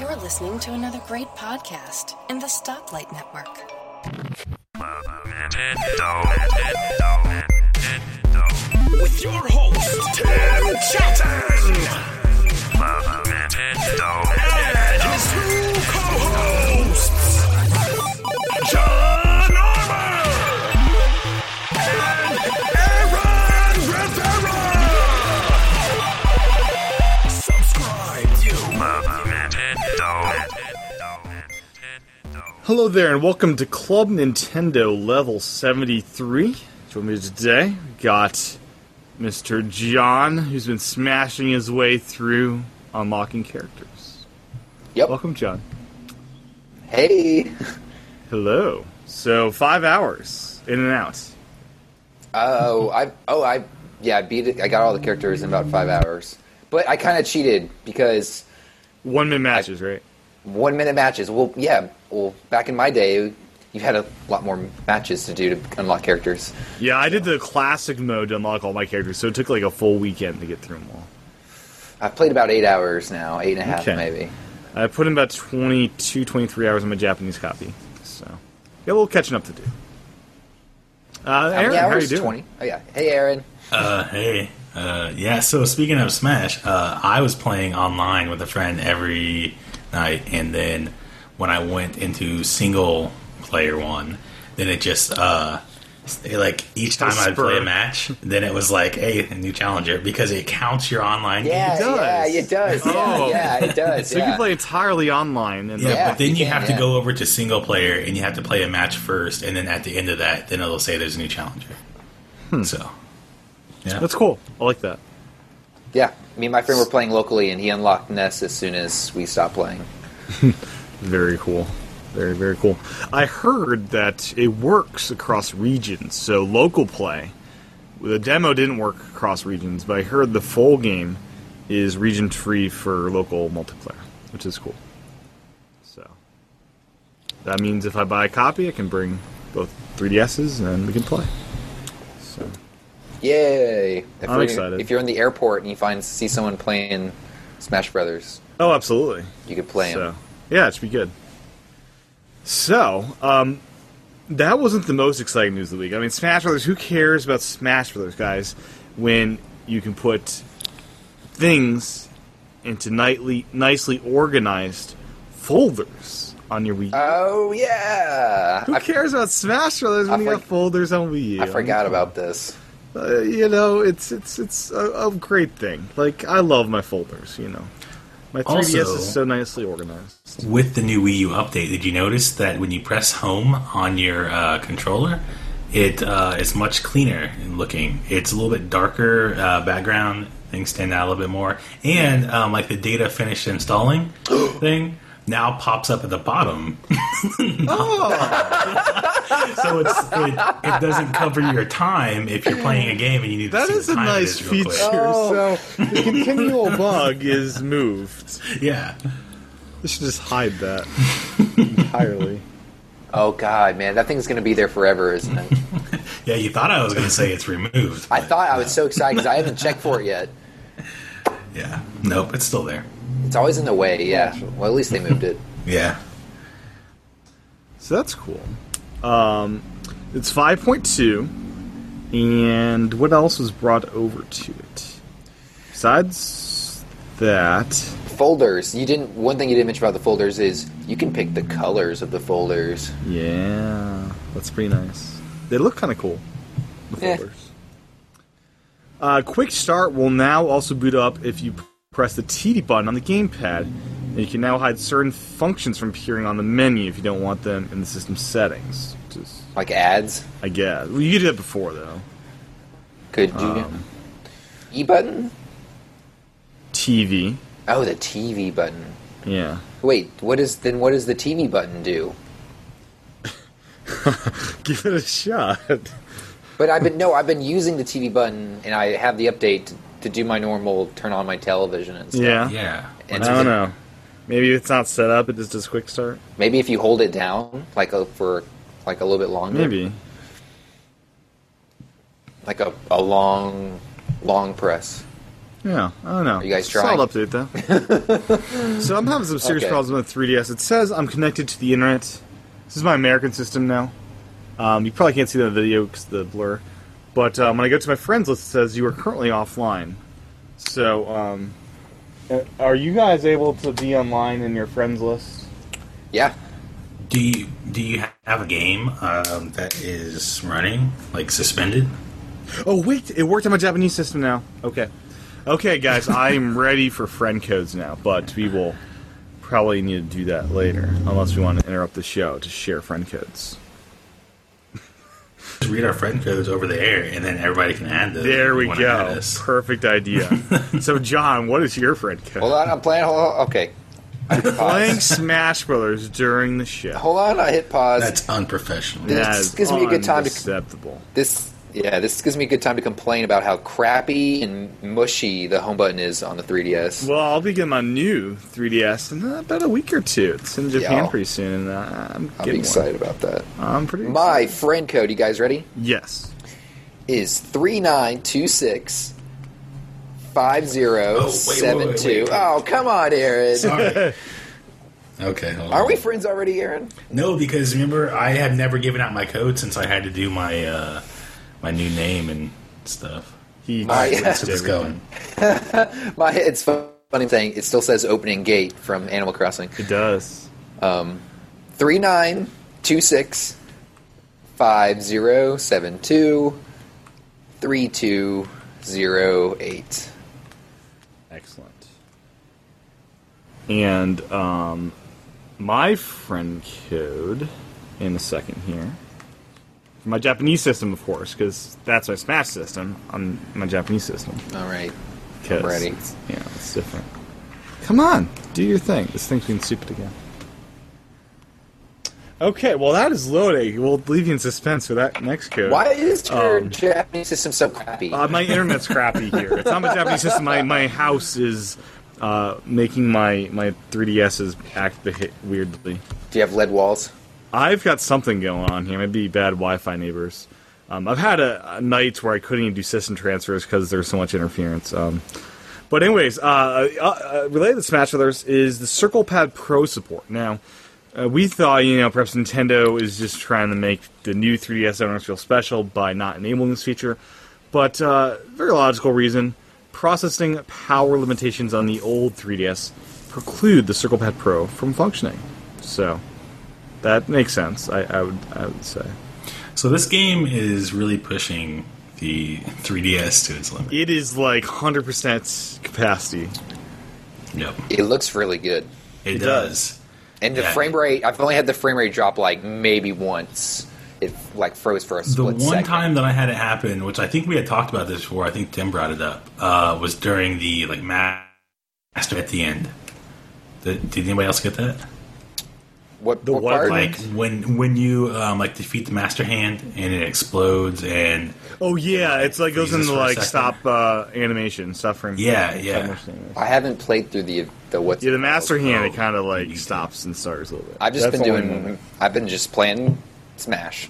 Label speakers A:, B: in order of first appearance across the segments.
A: You're listening to another great podcast in the Stoplight Network.
B: With your host, Tim Charlton, and his two co-hosts, John Armour and Aaron Rivera. Subscribe you.
C: Hello there, and welcome to Club Nintendo Level 73. Joining me today, we got Mr. John, who's been smashing his way through unlocking characters.
D: Yep.
C: Welcome, John.
D: Hey.
C: Hello. So, five hours in and out.
D: Oh, I oh I yeah I beat it. I got all the characters in about five hours, but I kind of cheated because
C: One minute matches, right?
D: one minute matches. Well, yeah. Well, back in my day, you had a lot more matches to do to unlock characters.
C: Yeah, I did the classic mode to unlock all my characters, so it took like a full weekend to get through them all.
D: I've played about eight hours now, eight and a half
C: Okay.
D: maybe.
C: I put in about 22, 23 hours on my Japanese copy, so got a little catching up to do. Uh,
D: How
C: Aaron,
D: many
C: how
D: hours?
C: are you doing?
D: Twenty. Oh yeah. Hey, Aaron.
E: Uh, hey. Uh, yeah, so speaking of Smash, uh, I was playing online with a friend every night, and then when I went into single player one, then it just, uh, it, like, each time I'd play
C: Spur.
E: a match, then it was like, hey, a new challenger, because it counts your online game.
D: Yeah,
C: does.
D: yeah, it does. Yeah,
C: Oh.
D: yeah, it does.
C: So
D: yeah.
C: you can play entirely online, and
E: Yeah,
C: yeah.
D: Yeah,
E: but then you,
D: you can,
E: have to
D: yeah.
E: go over to single player and you have to play a match first, and then at the end of that, then it'll say there's a new challenger. So, yeah,
C: Hmm. that's cool. I like that.
D: Yeah, me and my friend were playing locally, and he unlocked Ness as soon as we stopped playing.
C: Very cool. Very very cool. I heard that it works across regions. So local play, the demo didn't work across regions, but I heard the full game is region free for local multiplayer, which is cool. So that means if I buy a copy, I can bring both 3DSs and we can play. So
D: Yay! If
C: I'm
D: you're-
C: excited.
D: If you're in the airport and you find see someone playing Smash Brothers,
C: oh, absolutely.
D: you could play him.
C: So, yeah, it should be good. So, um, that wasn't the most exciting news of the week. I mean, Smash Brothers. Who cares about Smash Brothers, guys? When you can put things into nightly, nicely organized folders on your Wii. U.
D: Oh yeah!
C: who
D: I,
C: cares about Smash Brothers when
D: I
C: you got
D: forg-
C: folders on Wii? U?
D: I forgot about this.
C: Uh, you know, it's it's it's a, a great thing. Like I love my folders. You know, my 3DS
E: Also-
C: is so nicely organized.
E: with the new Wii U update, did you notice that when you press home on your uh, controller, it uh, is much cleaner in looking. It's a little bit darker uh, background. Things stand out a little bit more, and um, like the data finished installing thing now pops up at the bottom,
C: Oh.
E: so it's it, it doesn't cover your time if you're playing a game and you need to
C: That
E: see
C: is
E: the
C: a
E: time it
C: nice
E: is real
C: feature.
E: quick.
C: So the continual bug is moved.
E: Yeah,
C: They should just hide that entirely.
D: Oh god, man, that thing's gonna be there forever, isn't it?
E: yeah. You thought I was going to say it's removed.
D: I
E: but
D: thought I was so excited because I haven't checked for it yet.
E: Yeah. Nope. It's still there.
D: It's always in the way. Yeah. Well, at least they moved it.
E: Yeah.
C: So that's cool. Um, it's five point two, and what else was brought over to it? Besides that,
D: Folders. You didn't. One thing you didn't mention about the folders is you can pick the colors of the folders.
C: yeah, that's pretty nice. They look kind of cool. The
D: Yeah.
C: folders. Uh, quick start will now also boot up if you p- press the TD button on the gamepad. And you can now hide certain functions from appearing on the menu if you don't want them in the system settings. Just,
D: Like ads.
C: I guess. Well, you did that before, though.
D: Could you?
C: Um.
D: e button.
C: TV.
D: Oh, the TV button.
C: Yeah.
D: Wait. What is then? What does the TV button do?
C: Give it a shot.
D: But I've been no, I've been using the TV button, and I have the update to, to do my normal turn on my television and stuff.
C: yeah.
E: Yeah.
C: I
D: And
C: don't know. Maybe it's not set up, it just does quick start.
D: Maybe if you hold it down, like a, for like a little bit longer,
C: Maybe.
D: like a, a long, long press.
C: Yeah, I don't know. Are
D: you guys
C: Solid update though. so I'm having some serious
D: Okay.
C: problems with 3DS. It says I'm connected to the internet. This is my American system now. Um, you probably can't see that in the video because the blur. But um, when I go to my friends list, it says you are currently offline. So, um, uh, are you guys able to be online in your friends list?
D: Yeah.
E: Do you do you have a game um, that is running like suspended?
C: Oh wait, it worked on my Japanese system now. Okay, okay, guys, I'm ready for friend codes now, but we will probably need to do that later, unless we want to interrupt the show to share friend codes.
E: Just read our friend codes over the air, and then everybody can add those.
C: There
E: if
C: we
E: you wanna add
C: go.
E: us.
C: Perfect idea. so, John, what is your friend code?
D: Hold on, I'm playing. Hold on. Okay. I hit
C: Playing
D: pause.
C: Smash Brothers during the show.
D: Hold on, I hit pause.
E: That's unprofessional.
D: Yeah.
C: That
D: this
C: is
D: gives me a good time to-
C: unacceptable.
D: This, yeah, this gives me a good time to complain about how crappy and mushy the home button is on the 3DS.
C: Well, I'll be getting my new 3DS in about a week or two. It's in Japan
D: Yeah.
C: pretty soon, and uh, I'm
D: I'll
C: getting
D: be excited
C: One.
D: about that.
C: I'm pretty
D: My
C: excited.
D: friend code, you guys ready?
C: Yes.
D: Is three nine two six five zero seven two.
E: wait, wait, wait.
D: Oh, come on, Aaron.
E: Sorry. okay. Hold
D: Are
E: on.
D: we friends already, Aaron?
E: No, because remember, I have never given out my code since I had to do my uh, my new name and stuff.
C: He
D: My-
C: switched
E: That's what's
C: everything.
E: going.
D: My, it's funny thing. It still says opening gate from Animal Crossing.
C: It does.
D: Three nine two six five zero seven two three two zero eight.
C: Excellent. And um, my friend code in a second here. For my Japanese system, of course, because that's my Smash system on my Japanese system.
D: All right.
C: 'Cause
D: I'm ready.
C: It's, yeah, it's different. Come on, do your thing. This thing's being stupid again. Okay, well that is loading. We'll leave you in suspense for that next code.
D: Why is your
C: Um,
D: Japanese system so crappy?
C: Uh, my internet's crappy here. It's not my Japanese system. My, my house is uh, making my, my 3DSs act beha- weirdly.
D: Do you have lead walls?
C: I've got something going on here. Maybe bad Wi-Fi neighbors. Um, I've had a, a nights where I couldn't even do system transfers because there's so much interference. Um, but anyways, uh, uh, uh, related to Smash Brothers is the Circle Pad Pro support. Now, uh, we thought you know perhaps Nintendo is just trying to make the new 3DS owners feel special by not enabling this feature, but uh, very logical reason: processing power limitations on the old 3DS preclude the Circle Pad Pro from functioning. So. That makes sense. I, I would I would say
E: So this game is really pushing the 3DS to its limit.
C: it is like hundred percent capacity.
E: Yep.
D: It looks really good.
E: It,
C: does.
E: does.
D: And the
E: Yeah.
D: frame rate, I've only had the frame rate drop like maybe once. It like froze for a
E: The
D: split
E: one
D: second.
E: time that I had it happen, which I think we had talked about this before, I think Tim brought it up, uh, was during the like ma- master at the end. Did, did anybody else get that?
D: what,
C: the
D: what
C: what,
D: part?
E: Like when when you um, like defeat the master hand and it explodes and
C: Oh yeah, it's like goes
E: Freezes
C: into
E: for a
C: like
E: second.
C: stop uh, animation suffering.
E: Yeah, yeah.
D: I haven't played through the the what's
C: Yeah, the
D: it
C: master
D: called.
C: hand it kind of like stops and starts a little bit.
D: I've just
C: That's
D: been
C: the only
D: doing.
C: moment.
D: I've been just playing Smash.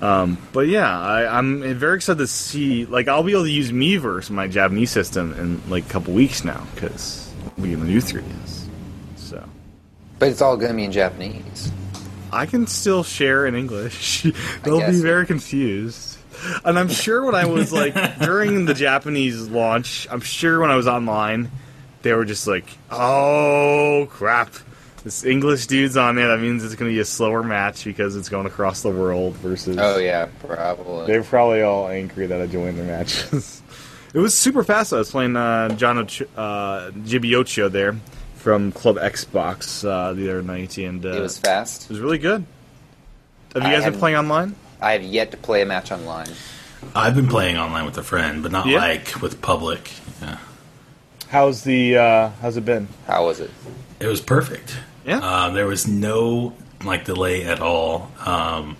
C: But yeah, I, I'm very excited to see. Like, I'll be able to use Miiverse, my Japanese system, in like a couple weeks now because we get the new 3ds. So
D: But it's all going to be in Japanese.
C: I can still share in English. They'll be
D: guess.
C: very confused. And I'm sure when I was like during the Japanese launch, I'm sure when I was online, they were just like, "Oh crap, this English dude's on there. That means it's going to be a slower match because it's going across the world." Versus,
D: Oh yeah, probably.
C: they're probably all angry that I joined their matches. it was super fast. I was playing uh, John Och- uh, Gibioccio there from Club Xbox uh, the other night, and uh,
D: it was fast.
C: it was really good. Have you
D: I
C: guys been
D: haven't-
C: playing online?
D: I have yet to play a match online.
E: I've been playing online with a friend, but not
C: Yeah?
E: like with public. Yeah.
C: How's the uh, how's it been?
D: How was it?
E: It was perfect.
C: Yeah.
E: Uh, there was no like delay at all. Um,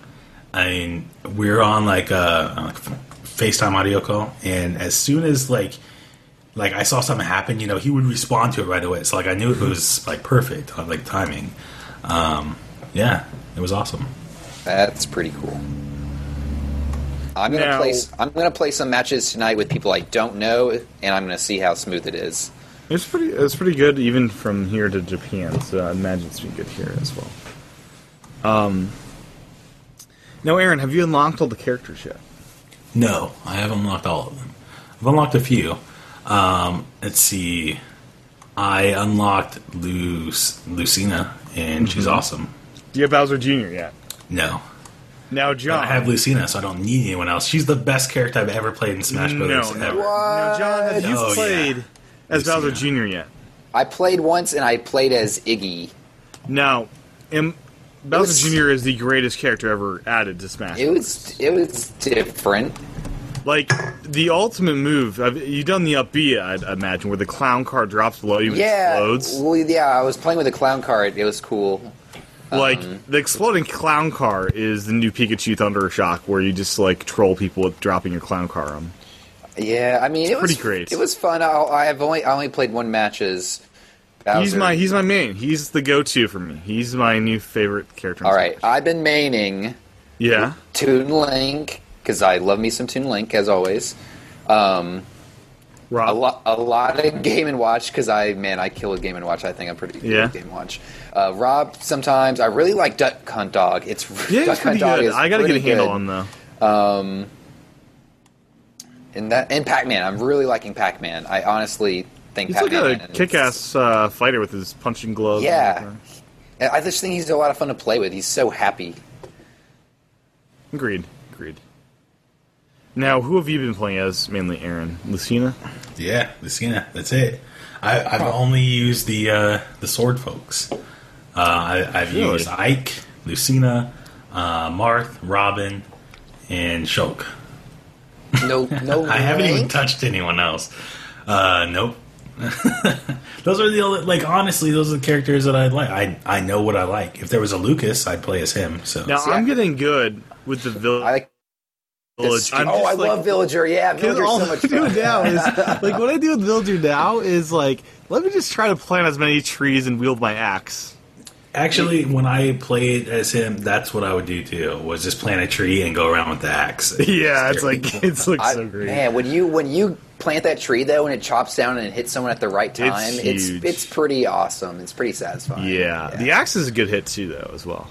E: I mean, we were on like a like, FaceTime audio call, and as soon as like like I saw something happen, you know, he would respond to it right away. So like I knew it was like perfect, uh, like timing. Um, yeah, it was awesome.
D: That's pretty cool. I'm gonna
C: Now-
D: play. s- I'm gonna play some matches tonight with people I don't know, and I'm gonna see how smooth it is.
C: It's pretty. It's pretty good, even from here to Japan. So I imagine it's pretty good here as well. Um. Now, Aaron, have you unlocked all the characters yet?
E: No, I have unlocked all of them. I've unlocked a few. Um, let's see. I unlocked Lu- Lucina, and she's awesome.
C: Do you have Bowser Jr. yet?
E: No.
C: Now,
E: But
C: John.
E: I have Lucina, so I don't need anyone else. She's the best character I've ever played in Smash
C: no,
E: Brothers
C: no.
E: ever.
C: Now, John, have you
E: Oh, yeah.
C: played as
E: Lucina.
C: Bowser Jr. yet?
D: I played once, and I played as Iggy.
C: Now, am, Bowser
D: was-
C: Jr. is the greatest character ever added to Smash.
D: It was it was different.
C: like the ultimate move. I've, you done the up B, I I imagine, where the clown car drops below you and
D: Yeah,
C: explodes.
D: well, yeah. I was playing with a clown card. It was cool.
C: Like the exploding clown car is the new Pikachu Thunder Shock, where you just like troll people with dropping your clown car on.
D: Yeah, I mean, it was
C: pretty great.
D: It was fun. I, I've only I only played one match as. Bowser.
C: He's my he's my main. He's the go-to for me. He's my new favorite character. in
D: All right,
C: Smash.
D: I've been maining
C: Yeah.
D: Toon Link because I love me some Toon Link as always. Um,
C: Rob.
D: a lot, a lot of Game and Watch because I man, I kill a Game and Watch. I think I'm pretty good
C: Yeah.
D: at Game and Watch. Uh, Rob, sometimes I really like Duck Hunt Dog. It's
C: Yeah,
D: Duck
C: he's pretty
D: Hunt Dog
C: good.
D: is
C: I gotta get a
D: pretty
C: handle
D: good.
C: on though.
D: and that and Pac Man. I'm really liking Pac Man. I honestly think
C: He's like
D: Pac Man.
C: a kick-ass uh, fighter with his punching gloves. and
D: Yeah,
C: everything.
D: And I just think he's a lot of fun to play with. He's so happy.
C: Agreed. Agreed. Now, who have you been playing as mainly, Aaron? Lucina?
E: Yeah, Lucina. That's it. I, I've only used the uh, the sword folks. Uh, I, I've
C: Really?
E: used Ike, Lucina, uh, Marth, Robin, and Shulk.
D: No, no.
E: I haven't even
D: Link?
E: touched anyone else. Uh, nope. those are the only, like honestly, those are the characters that I like. I I know what I like. If there was a Lucas, I'd play as him. So
C: Now,
D: See,
C: I'm
D: I-
C: getting good with the vill-
D: I like.
C: village. I'm
D: oh,
C: just,
D: I
C: like,
D: love Villager. Yeah, Villager's
C: all
D: so
C: I
D: much
C: do
D: fun.
C: now is like what I do with Villager now is like let me just try to plant as many trees and wield my axe.
E: actually, when I played as him, that's what I would do too. Was just plant a tree and go around with the axe.
C: Yeah, it's
E: Scare
C: like it's like
D: I,
C: so great.
D: Man, when you when you plant that tree though, and it chops down and it hits someone at the right time, it's
C: huge.
D: it's, pretty awesome. It's pretty satisfying.
C: yeah. the axe is a good hit too, though as well.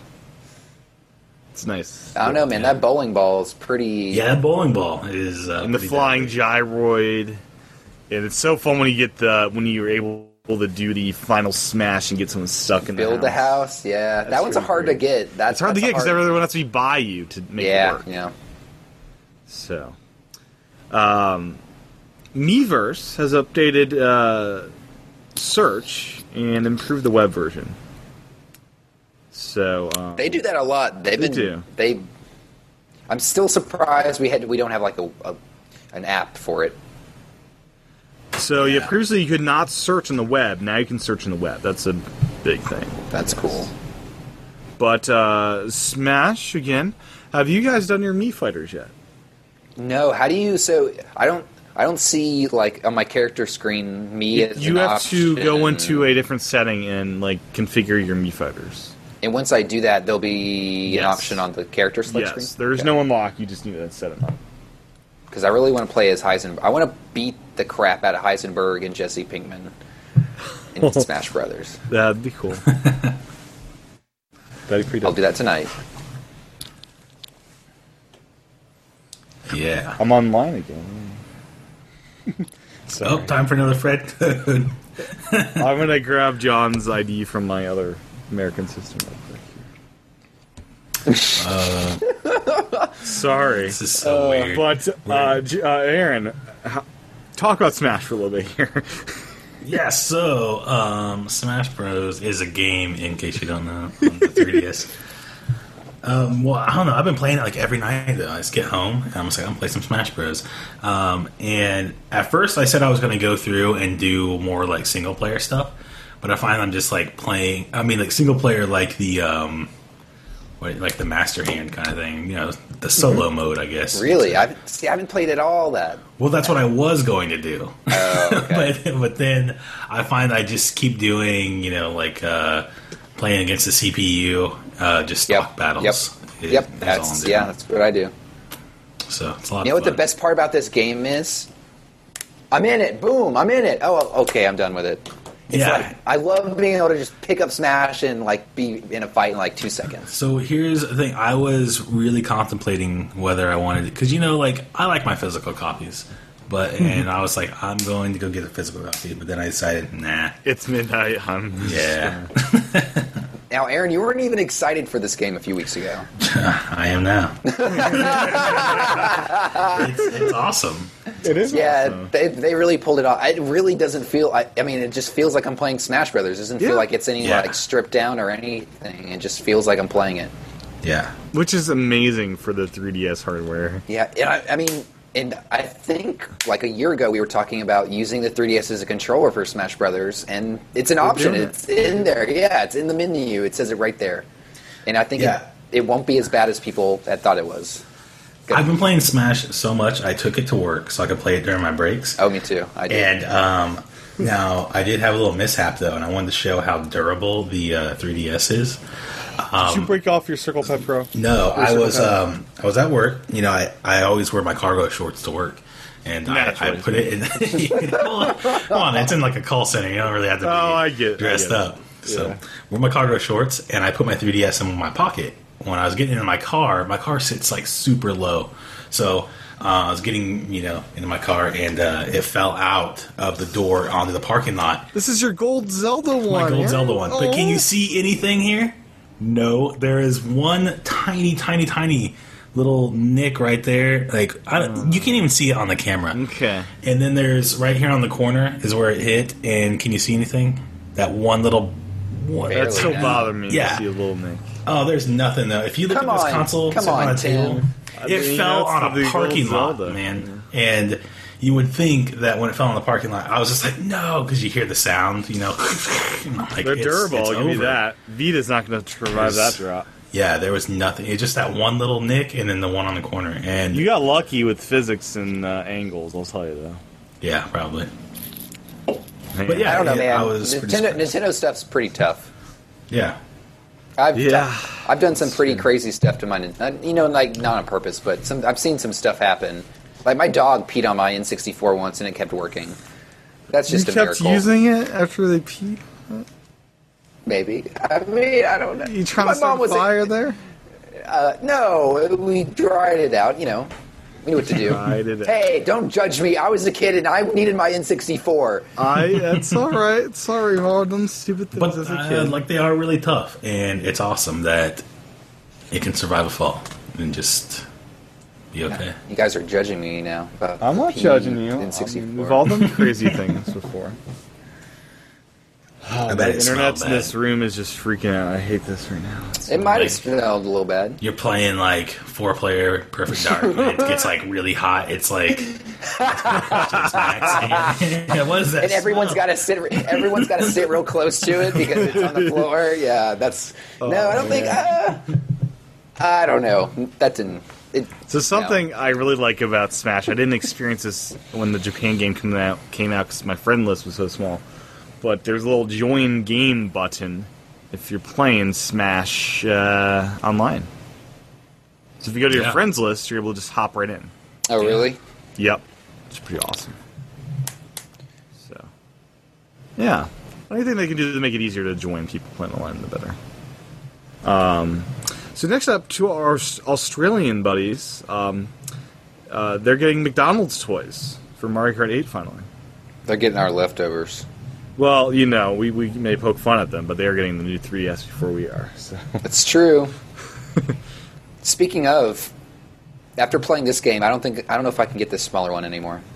C: It's nice.
D: I don't know, man. That bowling ball is pretty.
E: Yeah, that bowling ball is uh,
C: and the
E: pretty
C: flying
E: dope.
C: gyroid. And it's so fun when you get the when you're able to do the final smash and get someone stuck in the
D: Build a house. Yeah, that one's
C: really
D: hard
C: great.
D: to get. That's
C: It's hard to
D: that's
C: get
D: a
C: because
D: hard-
C: everyone has to be by you to make it
D: Yeah,
C: work.
D: yeah.
C: So, um, Miiverse has updated uh, search and improved the web version. So um,
D: They do that a lot. They've
C: They
D: been
C: do.
D: they. I'm still surprised we had we don't have like a, a an app for it.
C: So yeah. previously you could not search on the web. Now you can search on the web. That's a big thing.
D: That's cool.
C: But uh, Smash again. Have you guys done your Mii fighters yet?
D: No, how do you? So I don't. I don't see like on my character screen me. as
C: You
D: an
C: have to go
D: option.
C: into a different setting and like configure your Mii fighters.
D: And once I do that, there'll be an
C: Yes.
D: option on the character select
C: yes,
D: screen.
C: there is no unlock. You just need to set it up.
D: because I really want to play as Heisenberg. I want to beat the crap out of Heisenberg and Jesse Pinkman in Smash Brothers.
C: That'd be cool. That'd be pretty
D: I'll
C: dope.
D: do that tonight.
E: Yeah.
C: I'm online again.
E: Oh,
C: Sorry.
E: time for another Fred code.
C: I'm gonna grab John's ID from my other American system. Real quick here. Uh, Sorry,
E: This is so weird.
C: but uh, J- uh, Aaron, h- talk about Smash for a little bit here.
E: yeah, so um, Smash Bros is a game. In case you don't know, on the 3DS. Um, well, I don't know. I've been playing it like every night though. I just get home and I'm just like, I'm gonna play some Smash Bros. Um, and at first, I said I was gonna go through and do more like single player stuff, but I find I'm just like playing. I mean, like single player, like the um, what, like the master hand kind of thing. You know, the solo mode, I guess.
D: Really, I see. I haven't played at all that.
E: Well, that's what I was going to do,
D: Oh, okay.
E: but but then I find I just keep doing you know like uh, playing against the CPU, uh, just stock
D: Yep.
E: battles.
D: Yep.
E: is-
D: yep.
E: is all I'm
D: That's
E: doing.
D: yeah. That's what I do.
E: So it's a lot.
D: You know
E: of
D: what the
E: fun.
D: best part about this game is? I'm in it. Boom. I'm in it. Oh, okay. I'm done with it. It's
E: Yeah.
D: like- I love being able to just pick up Smash and like be in a fight in like two seconds.
E: So here's the thing. I was really contemplating whether I wanted it because you know, like I like my physical copies, but
D: Mm-hmm.
E: and I was like, I'm going to go get a physical copy, but then I decided, nah,
C: It's midnight. I'm just
E: yeah,
D: Now, Aaron, you weren't even excited for this game a few weeks ago.
E: I am now. it's, it's awesome.
C: It is.
D: Yeah, they, they really pulled it off. It really doesn't feel. I, I mean, it just feels like I'm playing Smash Brothers. It doesn't
C: Yeah.
D: feel like it's any
E: Yeah.
D: like stripped down or anything. It just feels like I'm playing it.
E: Yeah,
C: Which is amazing for the 3DS hardware.
D: Yeah, and I, I mean, and I think like a year ago we were talking about using the 3DS as a controller for Smash Brothers, and it's an option.
C: doing it.
D: It's in there. Yeah, it's in the menu. It says it right there. And I think
E: Yeah.
D: it, it won't be as bad as people had thought it was.
E: I've been playing Smash so much. I took it to work so I could play it during my breaks.
D: Oh, me too. I did.
E: And um, now I did have a little mishap though, and I wanted to show how durable the uh, 3DS is.
C: Did you break off your Circle Pet Pro?
E: Um, No, I
C: Circle
E: was
C: Pet?
E: um, I was at work. You know, I, I always wear my cargo shorts to work, and I, I
C: Naturally.
E: put it in. come on, it's in like a call center. You don't really have to be
C: Oh, I get it, I
E: dressed
C: get it.
E: up. So
C: Yeah.
E: wear my cargo shorts, and I put my 3ds in my pocket. When I was getting in my car, my car sits like super low, so. Uh, I was getting, you know, into my car and uh, it fell out of the door onto the parking lot.
C: This is your gold Zelda one.
E: My gold
C: Aaron.
E: Zelda one. But can you
C: Aw.
E: see anything here? No, there is one tiny, tiny, tiny little nick right there. Like I, don't you can't even see it on the camera.
C: Okay.
E: And then there's right here on the corner is where it hit. And can you see anything? That one little. One.
D: Barely.
C: That still
D: Yeah.
C: bothers me.
E: Yeah.
C: To see a little Nick.
E: Oh, there's nothing though. If you look
D: Come
E: at this
D: on.
E: console,
D: Come
E: sitting on,
D: on,
E: a table,
D: Tim.
E: it
C: mean,
E: fell
C: that's
E: on
C: the
E: a
C: gold
E: parking lot,
C: Zelda.
E: man. And you would think that when it fell on the parking lot, I was just like, no, because you hear the sound, you know. And I'm like,
C: They're
E: it's-
C: durable.
E: it's
C: I'll give me
E: over.
C: that. Vita's not going to survive that
E: There's-
C: drop.
E: Yeah, there was nothing. It's just that one little nick, and then the one on the corner, and
C: You got lucky with physics and uh, angles. I'll tell you though.
E: yeah, probably. But yeah,
D: I don't know,
E: yeah,
D: man.
E: I was pretty
D: Nintendo,
E: surprised.
D: Nintendo stuff's pretty tough.
E: Yeah,
D: I've
C: Yeah.
D: done, I've done some pretty crazy stuff to my Nin- you know like not on purpose but some I've seen some stuff happen like my dog peed on my N64 once and it kept working that's just
C: you
D: a
C: kept
D: miracle
C: using it after they peed.
D: maybe I mean I don't know
C: You trying
D: my
C: to start
D: mom was
C: fire there?
D: uh, no we dried it out you know we knew what to do
C: Dried it out.
D: hey don't judge me I was a kid and I needed my N64
C: I. It's all right. Sorry, I've done stupid things
E: but
C: as a
E: uh,
C: kid.
E: like they are really tough, and it's awesome that it can survive a fall and just be okay.
D: you guys are judging me now about
C: I'm not
D: pee
C: judging you.
D: N64
C: I mean, we've all done crazy things before.
E: I
C: The
E: bet it smelled
C: internet's in
E: bad.
C: this room is just freaking out. I hate this right now. It's-
D: it might have
E: Like-
D: smelled a little bad
E: You're playing like four player perfect dark, and it gets like really hot. It's like. yeah, what is that?
D: and everyone's got
E: smell?
D: to sit. Everyone's got to sit real close to it because it's on the floor. Yeah, that's no. I don't think. Uh, I don't know. That didn't. It,
C: So something I really like about Smash, I didn't experience this when the Japan game came out came out because my friend list was so small. But there's a little join game button if you're playing Smash uh, online. So if you go to your
E: Yeah.
C: friends list, you're able to just hop right in.
D: oh really?
C: Yep, it's pretty awesome. So, yeah, anything they can do to make it easier to join people playing online, the better. Um, so next up, to our s- Australian buddies, um, uh, they're getting McDonald's toys for Mario Kart 8 finally.
D: They're getting our leftovers.
C: Well, you know, we, we may poke fun at them, but they are getting the new 3DS before we are. So
D: That's true. Speaking of, after playing this game, I don't think I don't know if I can get this smaller one anymore.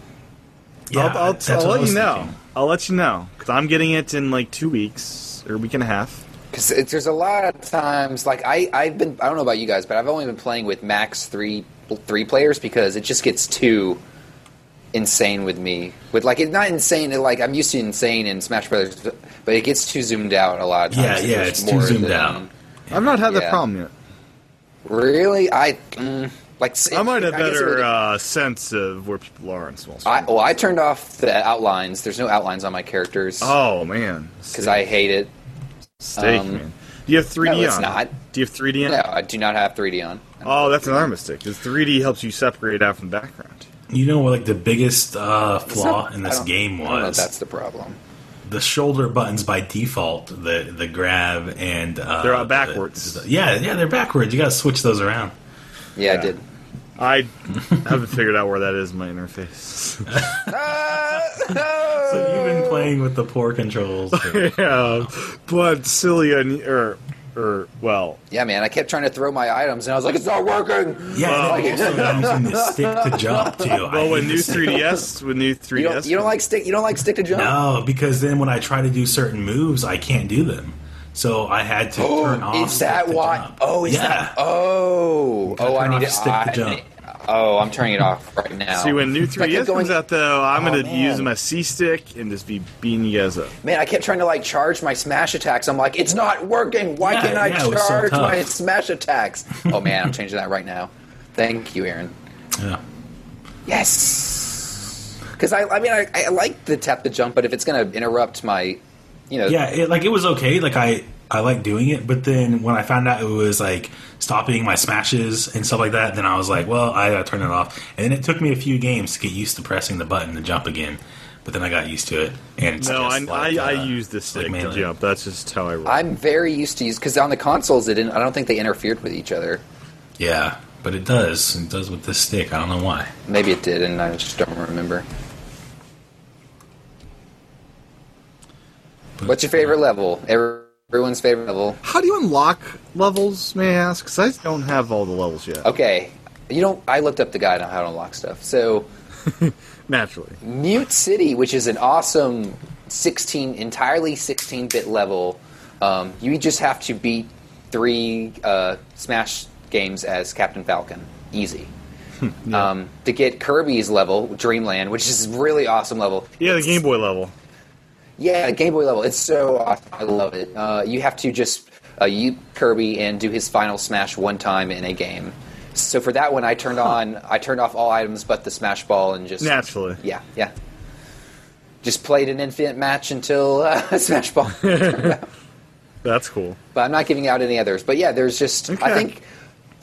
E: Yeah,
C: I'll, I'll,
E: that's
C: I'll
E: what I
C: let
E: was
C: you know.
E: thinking.
C: I'll let you know because I'm getting it in like two weeks or a week and a half.
D: Because there's a lot of times, like I, I've been, I don't know about you guys, but I've only been playing with max three, three players because it just gets too insane with me. With like, it's not insane. it, Like I'm used to insane in Smash Brothers, but it gets too zoomed out a lot of
E: Yeah,
D: times.
E: yeah,
D: There's
E: it's too
D: more
E: zoomed
D: than-
E: out.
C: I've not had that
D: Yeah.
C: problem yet.
D: Really, I mm, like. s-
C: I might have
D: guess it would-
C: better uh, sense of where people are in small
D: I,
C: screen.
D: well, I turned off the outlines. There's no outlines on my characters
C: oh man,
D: because I hate it.
C: steak
D: um,
C: man. Do you have 3D
D: No, it's
C: on?
D: not.
C: Do you have 3D on?
D: No, I do not have 3D on.
C: Oh, that's another mistake. Because 3D helps you separate out from the background.
E: You know what, like the biggest uh, flaw in
D: I
E: this
D: don't-
E: game
D: I don't know if
E: was
D: that's the problem.
E: the shoulder buttons by default, the the grab and uh,
C: They're, uh,
E: the-
C: backwards.
E: the- yeah, yeah, they're backwards. You got to switch those around.
D: Yeah, I did.
C: I haven't figured out where that is in my interface.
E: So you've been playing with the poor controls. for-
C: yeah, but silly and or or er, well,
D: Yeah, man, I kept trying to throw my items, and I was like, "It's not working."
E: yeah, and also not using the stick to jump too. I
C: well, Oh, when Oh.
E: hate
C: new
E: the stick.
C: 3ds, when new 3ds,
D: You don't, you don't like stick. You don't like stick to jump.
E: No, because then when I try to do certain moves, I can't do them. So I had to turn off.
D: Is that
E: stick to
D: why?
E: jump.
D: Oh, is
E: yeah.
D: that? Oh,
E: Gotta
D: oh,
E: turn
D: I need
E: off
D: to
E: stick to
D: I-
E: jump.
D: Oh, I'm turning it off right now.
C: See, when new
D: I
C: 3ds
D: kept going,
C: comes out, though, I'm
D: Oh,
C: gonna
D: man.
C: use my C stick and just be beating you guys up.
D: man, I kept trying to like charge my smash attacks. I'm like, it's not working. Why
E: Yeah,
D: can't I
E: yeah, it was so
D: charge
E: tough.
D: my smash attacks? Oh man, I'm changing that right now. Thank you, Aaron.
E: Yeah.
D: Yes. Because I, I mean, I, I like the tap to jump, but if it's going to interrupt my, you know,
E: yeah it, like it was okay like i i like doing it but then when i found out it was like stopping my smashes and stuff like that then i was like well i gotta turn it off and it took me a few games to get used to pressing the button to jump again but then i got used to it and it's
C: No, I,
E: just like,
C: I,
E: uh,
C: I use the stick to
E: melee.
C: jump. That's just how I roll.
D: I'm very used to use because on the consoles, it didn't. I don't think they interfered with each other.
E: yeah but it does it does with this stick i don't know why
D: Maybe it did, and I just don't remember.
E: But-
D: What's your favorite level? Everyone's favorite level.
C: how do you unlock levels, may I ask? Because I don't have all the levels yet.
D: Okay, you don't. I looked up the guide on how to unlock stuff. So
C: Naturally.
D: Mute City, which is an awesome 16, entirely 16-bit level. Um, you just have to beat three uh, Smash games as Captain Falcon. Easy. um, to get Kirby's level, Dreamland, which is a really awesome level.
C: Yeah, the Game Boy level.
D: Yeah, Game Boy level. It's so awesome. I love it. Uh, you have to just uh, you Kirby and do his final smash one time in a game. So for that one, I turned on I turned off all items but the smash ball and just
C: Naturally.
D: yeah yeah. Just played an infinite match until uh, smash ball. but
C: That's cool.
D: I'm not giving out any others. But yeah, there's just
C: Okay.
D: I think.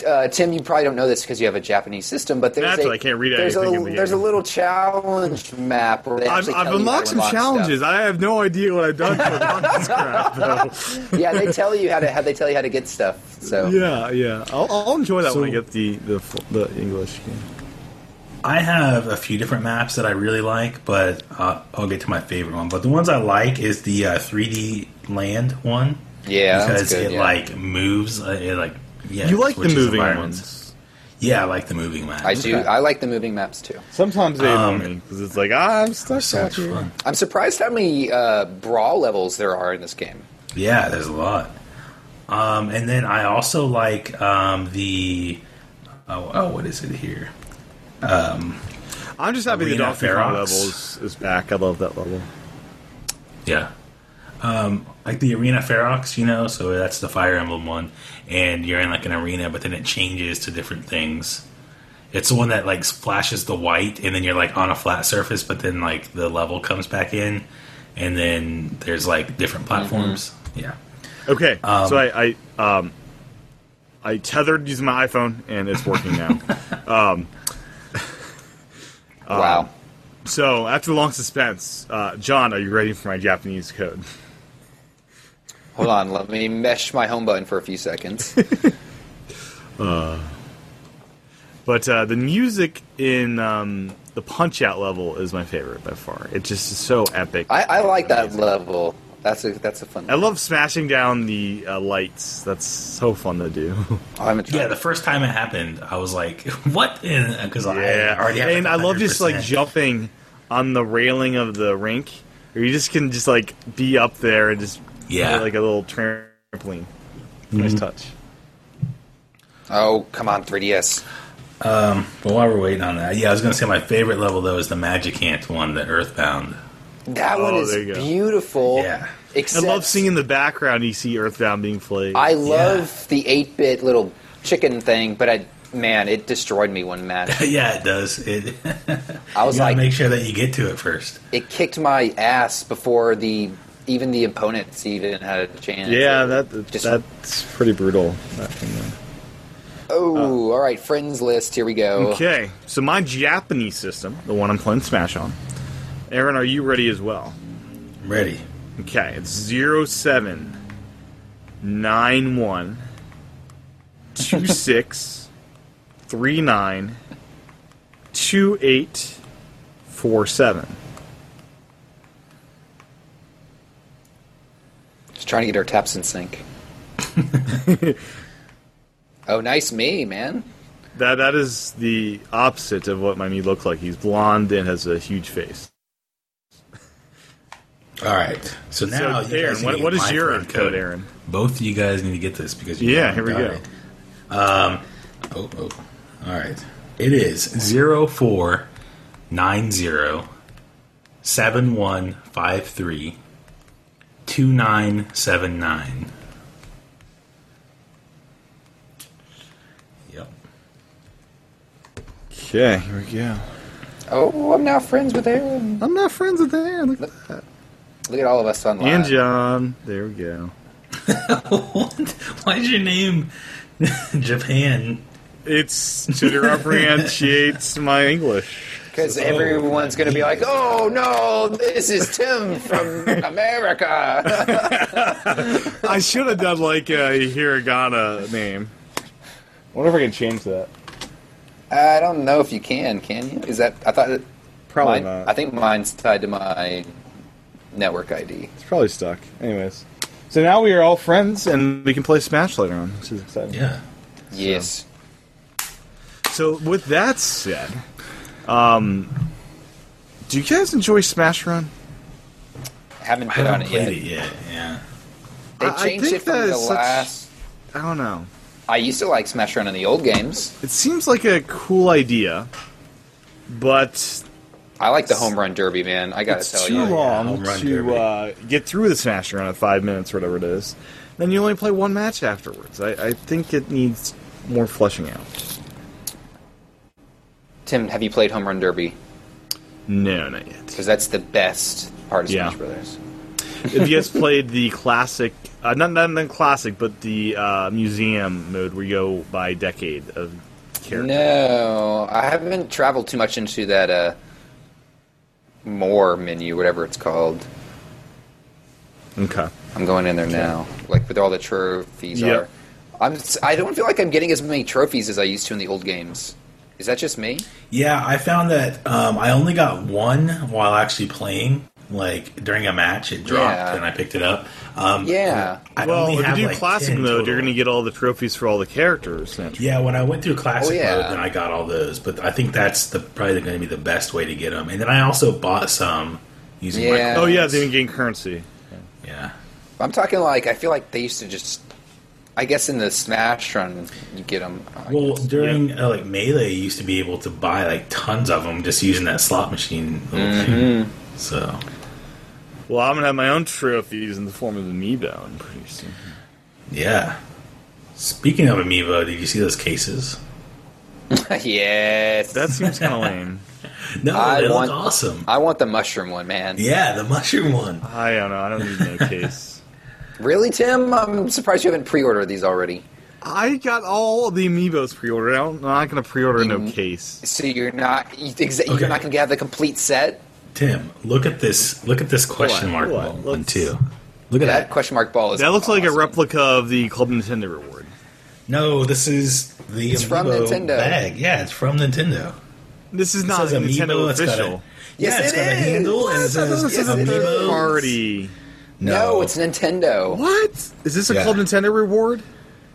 D: Uh, Tim, you probably don't know this because you have a Japanese system, but there's
C: Naturally,
D: a
C: I can't read
D: there's a,
C: anything in the
D: there's a
C: game.
D: little challenge map where they
C: I've,
D: actually
C: I've
D: tell you how
C: unlocked
D: to
C: some
D: unlock stuff.
C: challenges. I have no idea what I've done to unlock this crap, though.
D: yeah, they tell you how to how they tell you how to get stuff. So
C: Yeah, yeah. I'll, I'll enjoy that
E: So-
C: when I get the, the, fu- the English game.
E: I have a few different maps that I really like, but uh, I'll get to my favorite one. But the ones I like is the uh, 3D land one.
D: Yeah, that
E: because
D: one's good,
E: it
D: yeah.
E: like moves. Uh, it like yeah,
C: you like the
E: switches
C: moving
E: environments.
C: ones.
E: Yeah, I like the moving maps.
D: I do. I like the moving maps too.
C: Sometimes they annoy me because Um, it's like, ah, I'm stuck
E: So
C: out
E: much
C: here.
E: fun.
D: I'm surprised how many uh, brawl levels there are in this game.
E: Yeah, there's a lot. Um, and then I also like um, the oh, oh what is it here?
C: I'm just happy the
E: Arena
C: Donkey Kong
E: Ferox.
C: level is, is back. I love that level.
E: Yeah. Um, like the arena ferox, you know, so that's the Fire Emblem one, and you're in like an arena, but then it changes to different things. It's the one that like flashes the white, and then you're like on a flat surface, but then like the level comes back in, and then there's like different
C: Mm-hmm.
E: platforms. Yeah,
C: Okay, so I I, um, I tethered using my iPhone and it's working now. Um,
D: wow.
C: so after long suspense, uh, John, are you ready for my Japanese code?
D: Hold on, let me mesh my home button for a few seconds.
C: But uh, the music in um, the Punch Out level is my favorite by far. It just is so epic.
D: I, I like that level. That's a that's a fun.
C: I love smashing down the uh, lights. That's so fun to do.
D: Oh, I haven't tried
E: yeah.
D: it.
E: The first time it happened, I was like, "What?" Because
C: Yeah,
E: I already had
C: and I love just like
E: 100%.
C: jumping on the railing of the rink, or you just can just like be up there and just
E: Yeah. Mm-hmm.
C: like a little trampoline. Nice touch.
D: Oh, come on, 3ds.
E: But while we're waiting on that, yeah, I was gonna say my favorite level though is the Magicant one, the Earthbound.
D: That
C: Oh,
D: one is
C: there you go.
D: beautiful.
E: Yeah.
D: Except
C: I love seeing in the background you see Earthbound being played.
D: I love the eight bit little chicken thing, but I man, it destroyed me one match.
E: yeah, it does. It.
D: I was
E: You gotta
D: like,
E: make sure that you get to it first.
D: it kicked my ass before the even the opponents even had a chance.
C: Yeah, that
D: Just-
C: that's pretty brutal. That thing there. uh,
D: Oh, all right, friends list. Here we go.
C: Okay, so my Japanese system, the one I'm playing Smash on. Aaron, are you ready as well?
E: I'm ready.
C: Okay, it's zero seven nine one two six three nine two eight four seven.
D: Just trying to get our taps in sync. oh, nice me, man.
C: That that is the opposite of what my me looks like. He's blonde and has a huge face.
E: All right. So now,
C: so
E: you
C: Aaron,
E: guys need to
C: what,
E: get
C: what is
E: my
C: your
E: friend
C: code, Aaron?
E: Both of you guys need to get this because you
C: Yeah, here we
E: All
C: go.
E: right. Oh, oh. All right. It is zero four nine zero seven one five three two nine seven nine. Yep.
C: Okay, here we go.
D: Oh, I'm now friends with Aaron.
C: I'm not friends with Aaron. Look at that.
D: Look at all of us online.
C: And John. There we go.
E: What? Why is your name Japan?
C: It's to differentiates my English.
D: Because everyone's going to be like, oh no, this is Tim from America.
C: I should have done like a hiragana name. wonder if I can change that.
D: I don't know if you can, can you? Is that, I thought, it-
C: Probably
D: mine-
C: not.
D: I think mine's tied to my network ID.
C: it's probably stuck. Anyways, so now we are all friends and we can play Smash later on, which is exciting.
E: Yeah.
D: Yes.
C: So with that said, um, do you guys enjoy Smash Run?
D: Haven't
E: I
D: put on
E: haven't
D: it
E: played
D: yet.
E: it yet. Yeah.
D: They
C: I- I
D: changed
C: think
D: it from
C: that
D: the
C: is such-
D: last.
C: I don't know.
D: I used to like Smash Run in the old games.
C: It seems like a cool idea, but
D: I like the home run derby, man. I gotta
C: it's
D: tell
C: too
D: you.
C: long
E: home run
C: to
E: derby.
C: uh, get through the Smash Run at five minutes, or whatever it is. Then you only play one match afterwards. I, I think it needs more fleshing out.
D: Tim, have you played home run derby?
C: No, not yet.
D: Because that's the best part of
C: Yeah.
D: Smash Brothers.
C: If you guys played the classic, uh, not not the classic, but the uh, museum mode where you go by decade of character.
D: No, I haven't traveled too much into that uh, more menu, whatever it's called.
C: Okay.
D: I'm going in there now, like with all the trophies
C: Yep.
D: are. I'm. s- I don't feel like I'm getting as many trophies as I used to in the old games. Is that just me?
E: Yeah, I found that um, I only got one while actually playing. Like during a match, it dropped
D: Yeah.
E: and I picked it up. Um,
D: Yeah.
E: I
C: well,
E: only
C: if you
E: have,
C: do
E: like,
C: classic
E: 10
C: mode,
E: total.
C: you're going to get all the trophies for all the characters. naturally.
E: Yeah, when I went through classic
D: Oh, yeah.
E: mode, then I got all those. But I think that's the probably going to be the best way to get them. And then I also bought some using
D: Yeah.
E: my
C: Oh yeah,
E: coins.
C: the in-game currency.
E: yeah.
D: I'm talking like I feel like they used to just. I guess in the Smash Run, you get them.
E: Well, during uh, like melee, you used to be able to buy like tons of them just using that slot machine. Little
D: Mm-hmm.
E: thing. So
C: Well, I'm gonna have my own trophies in the form of amiibo, and pretty soon.
E: yeah. Speaking of amiibo, did you see those cases?
D: yes,
C: That seems kind of lame.
E: No,
D: I
E: they
D: want-
E: look awesome.
D: I want the mushroom one, man.
E: Yeah, the mushroom one.
C: I don't know. I don't need no case.
D: Really, Tim? I'm surprised you haven't pre-ordered these already.
C: I got all the amiibos pre-ordered. I don't- I'm not gonna pre-order no case.
D: So you're not you, exa-
E: Okay.
D: you're not going to have the complete set.
E: Tim, look at this. Look at this question
C: What?
E: mark
C: What?
E: one
C: Let's-
E: too. Look at
D: That
E: that.
D: question mark ball is
C: That looks like a
D: awesome.
C: replica of the Club Nintendo reward.
E: No, this is the
D: It's from
E: amiibo
D: Nintendo.
E: bag. Yeah, it's from Nintendo.
C: This is
E: It
C: not
E: says
C: Nintendo
E: amiibo. It's got a,
C: official.
E: yeah,
D: Yes,
E: it's
D: it
E: got a
D: is.
E: handle and it says
C: This is a
D: Yes,
C: third
D: it is.
E: amiibo.
C: party.
D: No, it's Nintendo.
C: What is this a
E: Yeah.
C: Club Nintendo reward?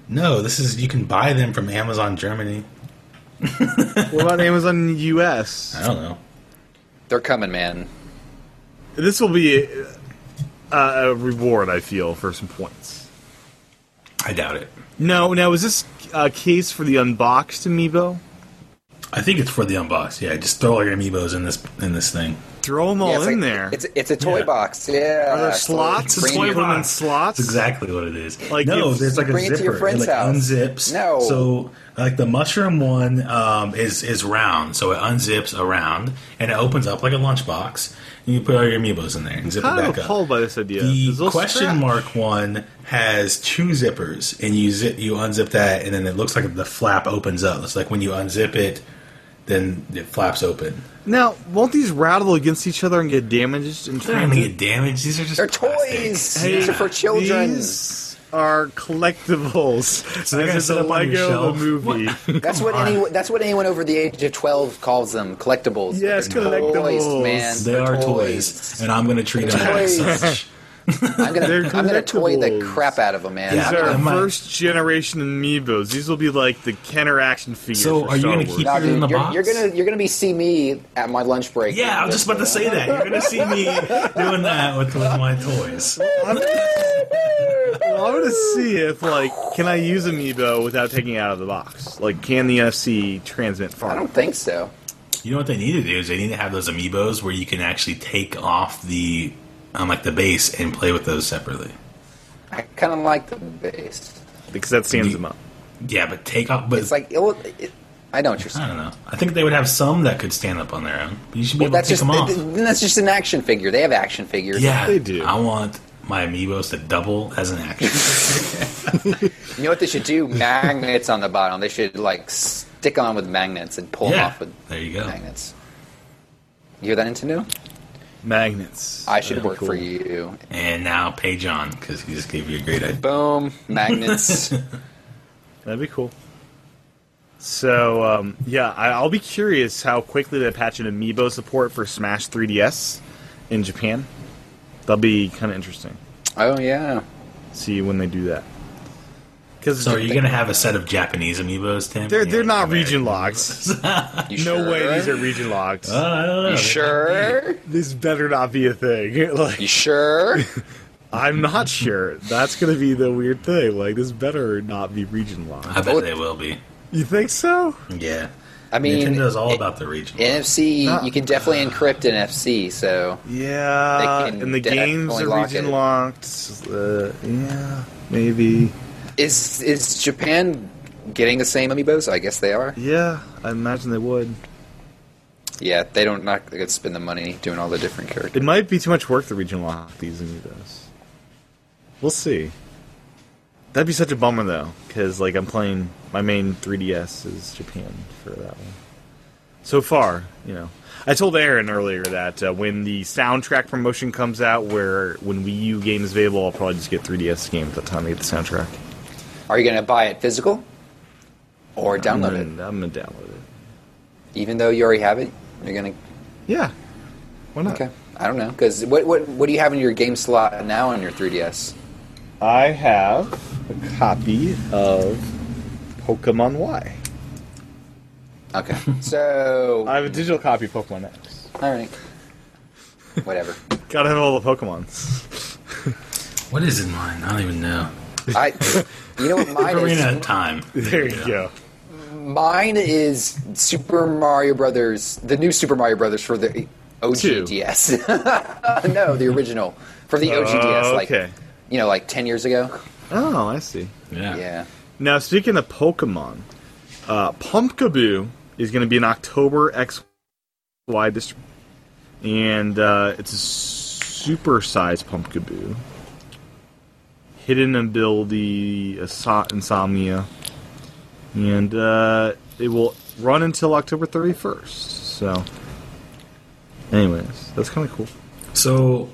E: No, this is you can buy them from Amazon Germany.
C: What about Amazon US?
E: I don't know.
D: They're coming, man.
C: This will be a, a a reward, I feel, for some points.
E: I doubt it.
C: No, now is this a case for the unboxed amiibo?
E: I think it's for the unbox. Yeah, just throw all your amiibos in this in this thing.
C: Throw them all
D: Yeah, it's
C: in
D: like-
C: there.
D: It's it's a toy
E: Yeah.
D: box. Yeah.
C: Are there
D: So
C: slots?
D: bring
C: Toy
D: your-
C: box. Put 'em in
E: box.
C: slots?
E: That's exactly what it is.
C: Like,
E: Like no,
C: if-
E: there's like a
D: Bring it to
E: zipper.
D: your friend's
E: it like
D: house.
E: unzips.
D: No.
E: So like the mushroom one um, is is round, so it unzips around and it opens up like a lunchbox. And you put all your amiibos in there and zip it
C: kind
E: back
C: of
E: up.
C: appalled by this idea. There's
E: The
C: little
E: question
C: straps.
E: mark one has two zippers, and you zip, you unzip that, and then it looks like the flap opens up. It's like when you unzip it, then it flaps open.
C: Now, won't these rattle against each other and get damaged in
E: They're not gonna
C: transit?
E: get damaged. These are just
D: They're
E: plastic.
D: toys. These are for children.
C: These are collectibles.
E: they're
C: this
E: gonna
C: is
E: sit
C: the
E: up on your
C: Lego
E: shelf?
C: the movie.
D: That's what
E: on.
D: any that's what anyone over the age of twelve calls them collectibles.
C: Yes,
D: They're
C: collectibles.
D: Toys, man.
E: They
D: They're
E: are
D: toys.
E: toys, and I'm going to treat them as
D: Toys.
E: such.
D: I'm
C: They're
D: gonna I'm gonna toy the
C: collectibles.
D: crap out of them, man.
E: Yeah.
C: These
D: I'm
C: are
E: I might-
C: first generation amiibos. These will be like the Kenner action figures.
E: So
C: for
E: are you
C: Star
E: gonna
C: Wars.
E: keep-
D: Nah, dude,
E: in the
D: you're,
E: box?
D: you're gonna you're gonna be see me at my lunch break.
E: Yeah, I was just about to say that. You're going to see me doing that with, with my toys.
C: I'm, well, I'm gonna see if like can I use amiibo without taking it out of the box? Like, can the NFC transmit
D: I
C: far?
D: don't think so.
E: You know what they need to do is they need to have those amiibos where you can actually take off the um, like the base and play with those separately.
D: I kind of like the base.
C: Because that stands them up.
E: Yeah, but take off. But
D: It's like it, will- it, I know what you're
E: I
D: saying.
E: don't know. I think they would have some that could stand up on their own. But you should be
D: Well,
E: able
D: that's
E: to take
D: just
E: them off.
D: then that's just an action figure. They have action figures.
E: yeah,
C: They do.
E: I want my amiibos to double as an action.
D: You know what they should do? Magnets on the bottom. They should like stick on with magnets and pull them
E: yeah,
D: off with
E: there you go.
D: magnets. You hear that, Nintendo?
C: Magnets.
D: I should
C: That'd be
D: work
C: cool.
D: for you.
E: And now pay John because he just gave you a great idea.
D: Boom, magnets.
C: That'd be cool. So um, yeah, I, I'll be curious how quickly they patch in amiibo support for Smash 3DS in Japan. That'll be kind of interesting.
D: oh yeah.
C: See when they do that. Because
E: So are you going to have a set of Japanese amiibos, Tim?
C: They're they're
E: Yeah,
C: not
E: American.
C: region logs.
D: You
C: No
D: sure?
C: way these are region logs.
E: Uh, I don't know.
D: You sure?
C: This better not be a thing.
D: You
C: Like
D: sure?
C: I'm not sure. That's gonna be the weird thing. Like this better not be region
E: I
C: logs.
E: bet they will be.
C: You think so?
E: Yeah.
D: I mean,
E: Nintendo's all
D: it-
E: about the region.
D: NFC.
C: Huh.
D: You can definitely encrypt NFC. So
C: Yeah.
D: They can
C: And the games
D: definitely
C: are
D: lock
C: region
D: it.
C: locked. Uh, yeah, maybe.
D: is is Japan getting the same amiibos? I guess they are.
C: Yeah, I imagine they would.
D: Yeah, they don't not they could spend the money doing all the different characters.
C: It might be too much work to region lock these amiibos. We'll see. That'd be such a bummer though, because like I'm playing my main 3DS is Japan for that one. So far, you know, I told Aaron earlier that uh, when the soundtrack promotion comes out, where when Wii U game is available, I'll probably just get 3DS game at the time I get the soundtrack.
D: Are you going to buy it physical or download
C: I'm
D: it?
C: gonna, I'm gonna download it.
D: Even though you already have it, you're going to
C: Yeah, why not?
D: Okay. I don't know because what, what what do you have in your game slot now on your 3ds?
C: I have a copy of Pokemon Y.
D: Okay, so
C: I have a digital copy of Pokemon X.
D: all right, whatever.
C: Gotta have all the Pokemons.
E: What is in mine? I don't even know.
D: I, you know what mine
E: Arena of
D: is?
E: Time.
C: There you go.
D: Mine is Super Mario Brothers, the new Super Mario Brothers for the OG
C: Two.
D: DS. no, the original for the OG DS, like
C: Oh, okay.
D: you know, like ten years ago.
C: Oh, I see.
E: Yeah.
D: Yeah.
C: Now, speaking of Pokemon, uh, Pumpkaboo is going to be an October XY district. And uh, it's a super sized Pumpkaboo. Hidden ability, Asa- Insomnia. And uh, it will run until October 31st. So, anyways, that's kind of cool.
E: So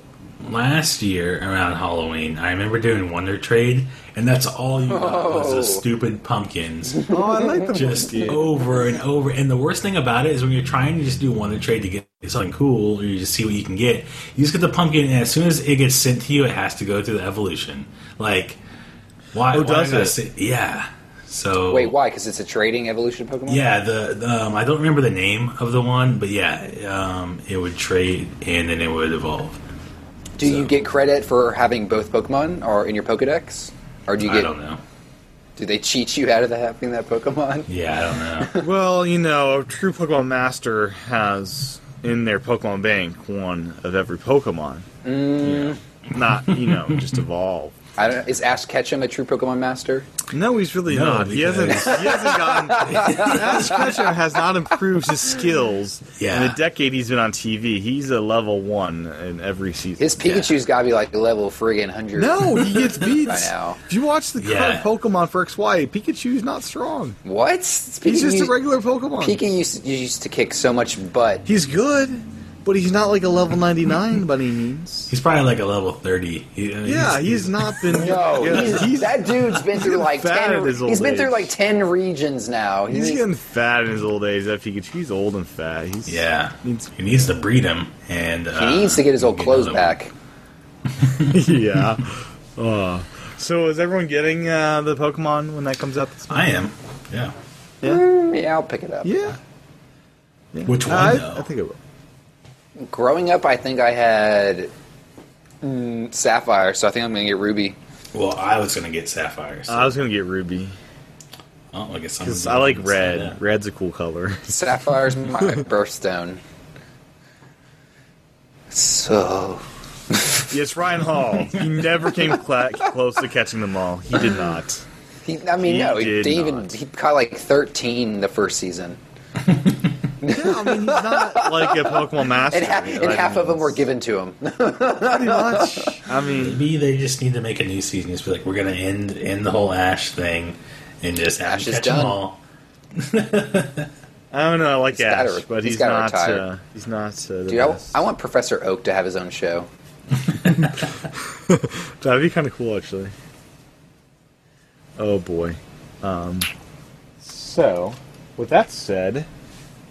E: last year around Halloween, I remember doing Wonder Trade, and that's all you got was those
D: Oh.
E: stupid pumpkins.
C: Oh, I like the
E: Just over and over. And the worst thing about it is when you're trying to just do Wonder Trade to get something cool, or you just see what you can get, you just get the pumpkin, and as soon as it gets sent to you, it has to go through the evolution. Like, why?
C: Oh,
E: why
C: does
E: I gotta
C: it?
E: sit- yeah. So
D: Wait, why? Because it's a trading evolution Pokemon.
E: Yeah, the, the um, I don't remember the name of the one, but yeah, um, it would trade and then it would evolve.
D: Do you get credit for having both Pokemon or in your Pokedex, or do you get?
E: I don't know.
D: Do they cheat you out of the, having that Pokemon?
E: Yeah, I don't know.
C: Well, you know, a true Pokemon master has in their Pokemon Bank one of every Pokemon.
D: Mm.
C: Yeah. Not you know just evolve.
D: I don't, is Ash Ketchum a true Pokemon master?
C: No, he's really
E: No,
C: not. He hasn't.
E: because-
C: He hasn't gotten. Ash Ketchum has not improved his skills in
E: Yeah.
C: the decade he's been on TV. He's a level one in every season.
D: His Pikachu's got to be like level friggin' hundred.
C: no, he gets beat.
D: I know.
C: If you watch the
E: Yeah.
C: current Pokemon for XY, Pikachu's not strong.
D: what?
C: He's
D: Pikachu-
C: just a regular Pokemon.
D: Pikachu used to, used to kick so much butt.
C: He's good, but he's not like a level 99 by any means.
E: He's probably like a level thirty. He- uh,
C: Yeah, he's not been.
D: No,
C: yeah,
D: he's, that dude's been through like
C: fat
D: ten.
C: at his old
D: He's been through
C: age.
D: like ten regions now. He
C: he's
D: needs-
C: getting fat in his old age. That Pikachu, he's old and fat. He's,
E: yeah.
C: Needs-
E: he needs to breed him, and
D: he
E: uh,
D: needs to get his old
E: get
D: clothes
E: another one.
D: back.
C: yeah. Uh, so is everyone getting uh, the Pokemon when that comes out this month?
E: I am. Yeah.
C: Yeah.
D: Mm, Yeah, I'll pick it up.
C: Yeah. Yeah.
E: Which one,
C: Uh, I,
E: though?
C: I think it will.
D: Growing up, I think I had mm, Sapphire, so I think I'm gonna get Ruby.
E: Well, I was gonna get sapphires.
C: I was gonna get Ruby
E: oh, I guess I'm
C: because
E: gonna
C: I like
E: decide
C: red.
E: that.
C: Red's a cool color.
D: Sapphire's my birthstone. So
C: yes, Ryan Hall. He never came cla close to catching them all. He did not.
D: he, I mean,
C: He
D: no, he
C: did
D: didn't even
C: not.
D: he caught like thirteen the first season,
C: Yeah, I mean he's not like a Pokemon master.
D: and, ha- and
C: Like,
D: half of them were given to him.
C: pretty much. I mean,
E: Maybe they just need to make a new season. Just be like, we're gonna end end the whole Ash thing, and just have
D: Ash
E: them
D: is
E: catch 'em
D: done.
E: all.
C: I don't know. I like
D: He's
C: Ash,
D: gotta re-
C: but
D: he's
C: he's
D: gotta
C: not.
D: retire.
C: Uh, he's not. Uh, the
D: Dude, I,
C: best.
D: I want Professor Oak to have his own show.
C: That'd be kind of cool, actually. Oh boy. Um, so, with that said,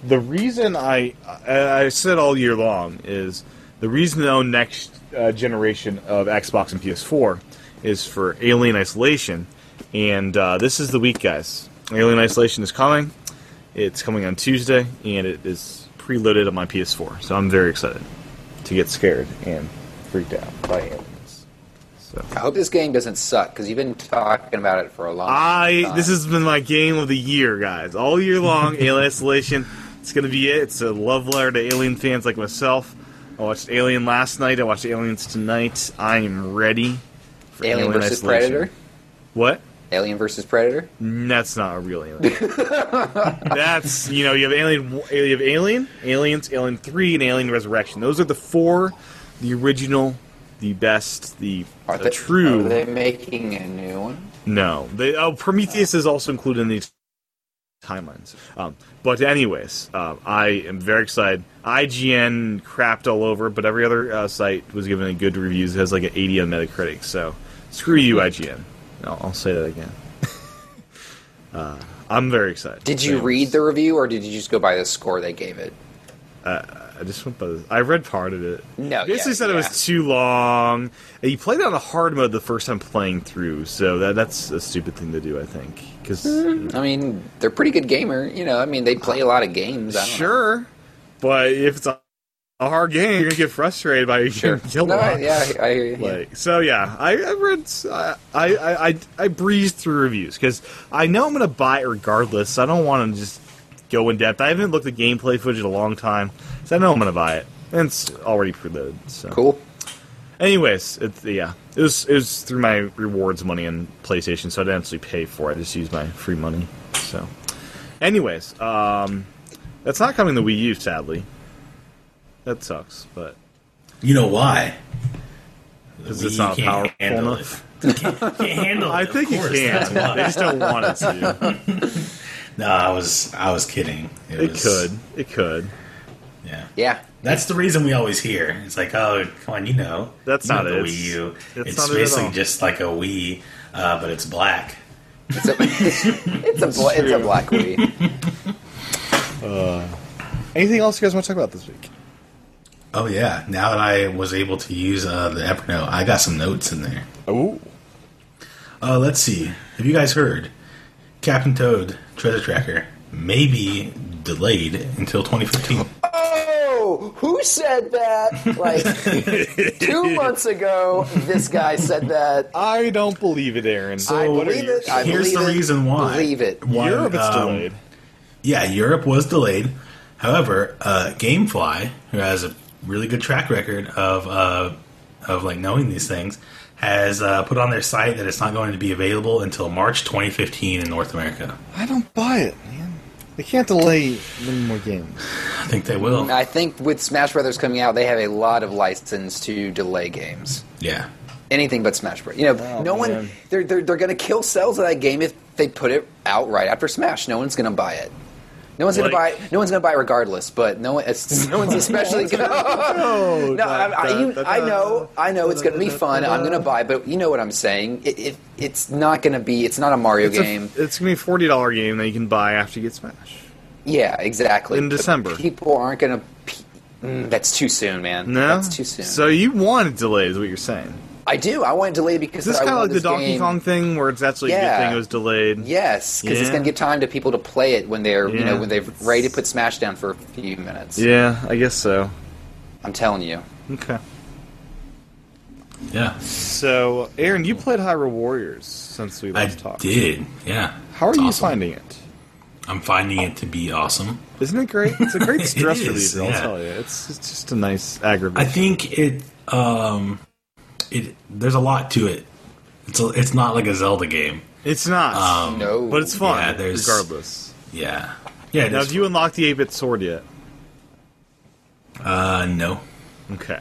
C: the reason I I I said all year long is the reason the next uh, generation of Xbox and PS4 is for Alien Isolation, and uh, this is the week, guys. Alien Isolation is coming. It's coming on Tuesday, and it is preloaded on my PS4, so I'm very excited to get scared and freaked out by aliens. So.
D: I hope this game doesn't suck because you've been talking about it for a long.
C: I
D: time.
C: this has been my game of the year, guys. All year long, Alien Isolation. It's gonna be it. It's a love letter to Alien fans like myself. I watched Alien last night. I watched Aliens tonight. I am ready for
D: Alien, versus
C: Isolation.
D: Predator.
C: What?
D: Alien versus Predator.
C: That's not a real alien. That's you know you have alien, you have alien, aliens, alien three, and alien resurrection. Those are the four, the original, the best, the,
D: Are
C: the
D: they,
C: uh, true.
D: Are they making a new one?
C: No, they, oh, Prometheus is also included in these timelines. Um, but anyways, um, I am very excited. IGN crapped all over, but every other uh, site was giving it good reviews. It has like an 80 on Metacritic. So screw you, IGN. I'll, I'll say that again. uh, I'm very excited.
D: Did you
C: So,
D: read the review or did you just go by the score they gave it?
C: I just went by. The, I read part of it.
D: No,
C: basically
D: yeah,
C: said it
D: yeah.
C: was too long. And You played it on a hard mode the first time playing through, so that that's a stupid thing to do, I think. Because
D: I mean, they're pretty good gamer. You know, I mean, they play a lot of games. I don't know.
C: Sure, but if it's a, a hard game, you're gonna get frustrated by you
D: Sure.
C: getting killed
D: No,
C: a
D: I,
C: lot.
D: yeah, I, I hear you.
C: Like so, yeah. I, I read, I, I, I, I breezed through reviews because I know I'm gonna buy it regardless. So I don't want to just go in depth. I haven't looked at gameplay footage in a long time, so I know I'm gonna buy it. And it's already preloaded. So
D: cool.
C: Anyways, it, yeah, it was it was through my rewards money on PlayStation, so I didn't actually pay for it. I just used my free money. So, anyways, um, that's not coming to Wii U, sadly. That sucks, but
E: You know why?
C: because
E: We
C: it's not
E: can't
C: powerful
E: handle
C: enough.
E: It. Can't, can't handle it.
C: I
E: of
C: think it
E: course,
C: can.
E: that's why.
C: They just don't want it to.
E: No, I was I was kidding.
C: It
E: was-
C: could. It could.
E: Yeah.
D: Yeah.
E: That's the reason we always hear. It's like, oh, come on, you know,
C: That's
E: you know
C: not it.
E: the Wii U.
C: It's-
E: It's,
C: it's not it at
E: basically
C: all.
E: just like a Wii, uh, but it's black.
D: It's a, it's a, bla- it's a
C: true.
D: black Wii.
C: Anything else you guys want to talk about this week?
E: Oh yeah! Now that I was able to use uh, the Evernote, I got some notes in there.
C: Oh,
E: Uh, let's see. Have you guys heard? Captain Toad Treasure Tracker may be delayed until 2015.
D: Oh, who said that? Like, two months ago, this guy said that.
C: I don't believe it, Aaron.
D: I
E: So,
D: believe it. I
E: Here's
D: believe
E: the
D: it.
E: reason why.
D: Believe it.
E: Why,
C: Europe, it's
E: um,
C: delayed.
E: Yeah, Europe was delayed. However, uh, GameFly, who has a really good track record of uh, of like knowing these things, has uh, put on their site that it's not going to be available until March 2015 in North America.
F: I don't buy it, man. They can't delay many more games.
E: I think they will.
D: I think with Smash Brothers coming out, they have a lot of license to delay games.
E: Yeah.
D: Anything but Smash Bros. You know,
F: Oh,
D: no one
F: man.
D: they're they're, they're going to kill sales of that game if they put it out right after Smash. No one's going to buy it. No one's going to buy.
C: Like-
D: it. No one's going to buy it regardless. But no one, it's, no one's especially going.
C: Oh,
D: No, I, I, you, I know, I know, it's going to be fun. I'm going to buy, but you know what I'm saying. It, it, it's not going to be. It's not a Mario
C: It's, a-
D: game.
C: it's gonna be a forty dollar game that you can buy after you get Smash.
D: yeah, exactly.
C: In
D: But
C: December.
D: people aren't going to. Pe- mm, that's too soon, man.
C: No,
D: that's too soon.
C: So you want it delayed, is what you're saying?
D: I do. I want it delayed
C: Is
D: because
C: this
D: I
C: kind of
D: want
C: like the
D: this
C: Donkey
D: game-
C: Kong thing, where it's actually a
D: Yeah.
C: good thing it was delayed?
D: Yes, because it's
C: Yeah.
D: going to give time to people to play it when they're you
C: Yeah.
D: know when they've ready to put Smash down for a few minutes.
C: Yeah, I guess so.
D: I'm telling you.
C: Okay.
E: Yeah.
C: So, Aaron, you played Hyrule Warriors since we
E: I
C: last talked.
E: did. Yeah.
C: How are
E: It's
C: you
E: awesome.
C: finding it?
E: I'm finding it to be awesome.
C: Isn't it great? It's a great
E: It
C: stress
E: is,
C: reliever. I'll
E: yeah.
C: tell you, it's, it's just a nice
E: I
C: aggravation.
E: think it um it there's a lot to it. It's a, it's not like a Zelda game.
C: it's not,
D: No,
C: but it's fun.
E: Um, yeah, there's-
C: regardless.
E: Yeah. Yeah.
C: Now,
E: there's-
C: have you unlocked the 8-bit sword yet?
E: uh no.
C: Okay.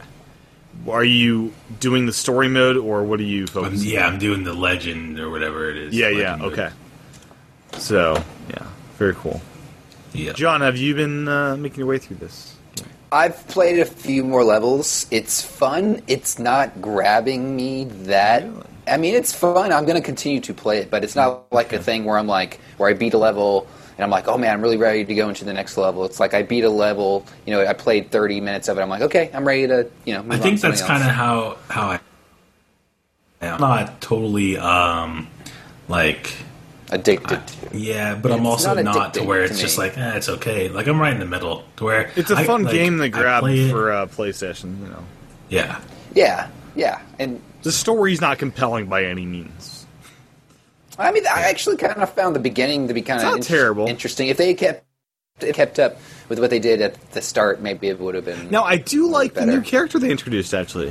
C: Are you doing the story mode, or what are you
E: I'm,
C: focusing?
E: yeah, I'm doing the legend or whatever it is.
C: yeah, yeah.
E: Legend of-
C: Okay. So, yeah, very cool.
E: Yeah.
C: John, have you been uh, making your way through this?
D: I've played a few more levels. It's fun. It's not grabbing me that.
C: Really?
D: I mean, it's fun. I'm going to continue to play it, but it's not like a thing where I'm like, where I beat a level and I'm like, oh man, I'm really ready to go into the next level. It's like I beat a level, you know, I played 30 minutes of it. I'm like, okay, I'm ready to, you know, move
E: I
D: on
E: think
D: to
E: that's
D: something
E: kind of
D: else.
E: how how I. I'm not totally um like
D: addicted to.
E: yeah, but I'm
D: It's
E: also
D: not
E: not, to
D: addicting
E: where it's
D: to
E: just
D: me.
E: like eh, it's okay. Like I'm right in the middle to where
C: It's a
E: I-
C: fun
E: like,
C: game to
E: I
C: grab
E: play it-
C: for uh, PlayStation. You know,
E: yeah.
D: Yeah, yeah. And
C: the story's not compelling by any means.
D: I mean, I actually kind of found the beginning to be kind
C: not
D: of
C: terrible.
D: interesting. If they kept it kept up with what they did at the start, maybe it would have been.
C: Now, I do like the new
D: better.
C: character they introduced. Actually,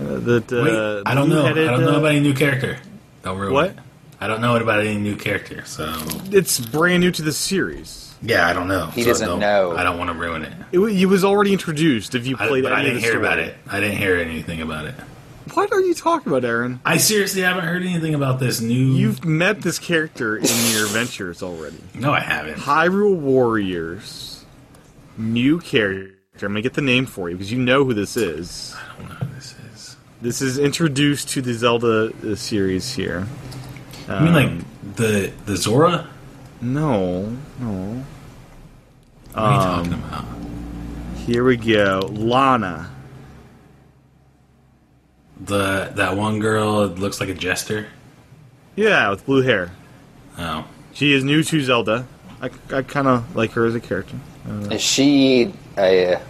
C: uh, that uh,
E: Wait, I don't know. I
C: blue-headed,
E: don't know
C: uh,
E: about any new character. Don't ruin
C: What?
E: it. I don't know about any new character, so
C: uh, It's brand new to the series.
E: yeah, I don't know.
D: He
E: So
D: doesn't
E: don't-
D: know.
E: I don't want to ruin it.
C: It, wa- it was already introduced. If you
E: I,
C: played,
E: but
C: any
E: I
C: of
E: didn't
C: the
E: hear
C: story.
E: about it. I didn't hear anything about it.
C: What are you talking about, Aaron?
E: I seriously haven't heard anything about this new.
C: You've met this character in your adventures already.
E: no, I haven't.
C: Hyrule Warriors, new character. I'm gonna get the name for you because you know who this is.
E: I don't know who this is.
C: This is introduced to the Zelda uh, series here.
E: I mean, like the the Zora.
C: No, no.
E: What are you talking
C: Um,
E: about?
C: Here we go. Lana.
E: The that one girl that looks like a jester.
C: Yeah, with blue hair.
E: Oh,
C: She is new to Zelda. I, I kind of like her as a character.
D: Is she a? uh,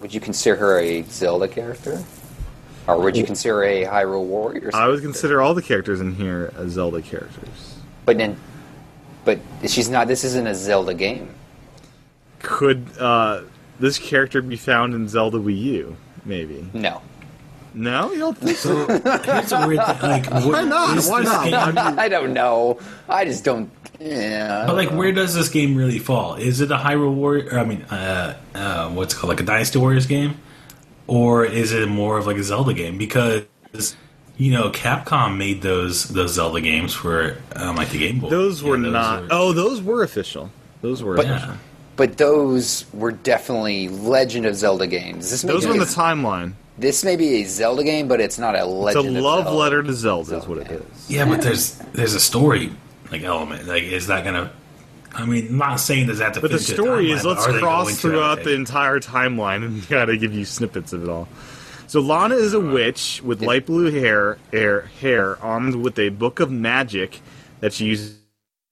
D: Would you consider her a Zelda character, or would you consider a Hyrule Warrior?
C: I would consider all the characters in here as Zelda characters.
D: but then, but she's not. This isn't a Zelda game.
C: Could uh, this character be found in Zelda Wii U? Maybe.
D: No,
C: No, you don't think so.
E: so here's a weird thing. Like, what
C: Why not?
E: is
C: Why
E: this
C: not?
E: game-
C: Why not?
D: I don't know. I just don't. Yeah.
E: But like, where does this game really fall? Is it a Hyrule Warrior? Or, I mean, uh, uh, what's it called like a Dynasty Warriors game, or is it more of like a Zelda game? Because you know, Capcom made those those Zelda games for um, like the Game Boy.
C: Those were
E: Yeah,
C: not.
E: were-
C: Oh, those were official. Those were official.
E: yeah.
D: But those were definitely Legend of Zelda games. This may
C: Those
D: be
C: were in
D: a-
C: the timeline.
D: This may be a Zelda game, but it's not a
C: It's a
D: Legend. of
C: love
D: Zelda.
C: letter to Zelda, is what it is.
E: yeah, but there's there's a story like element. Like, is that gonna? I mean, I'm not saying does that.
C: But the story is let's cross throughout the entire timeline and gotta give you snippets of it all. So Lana is a witch with light blue hair, air, hair, armed with a book of magic that she uses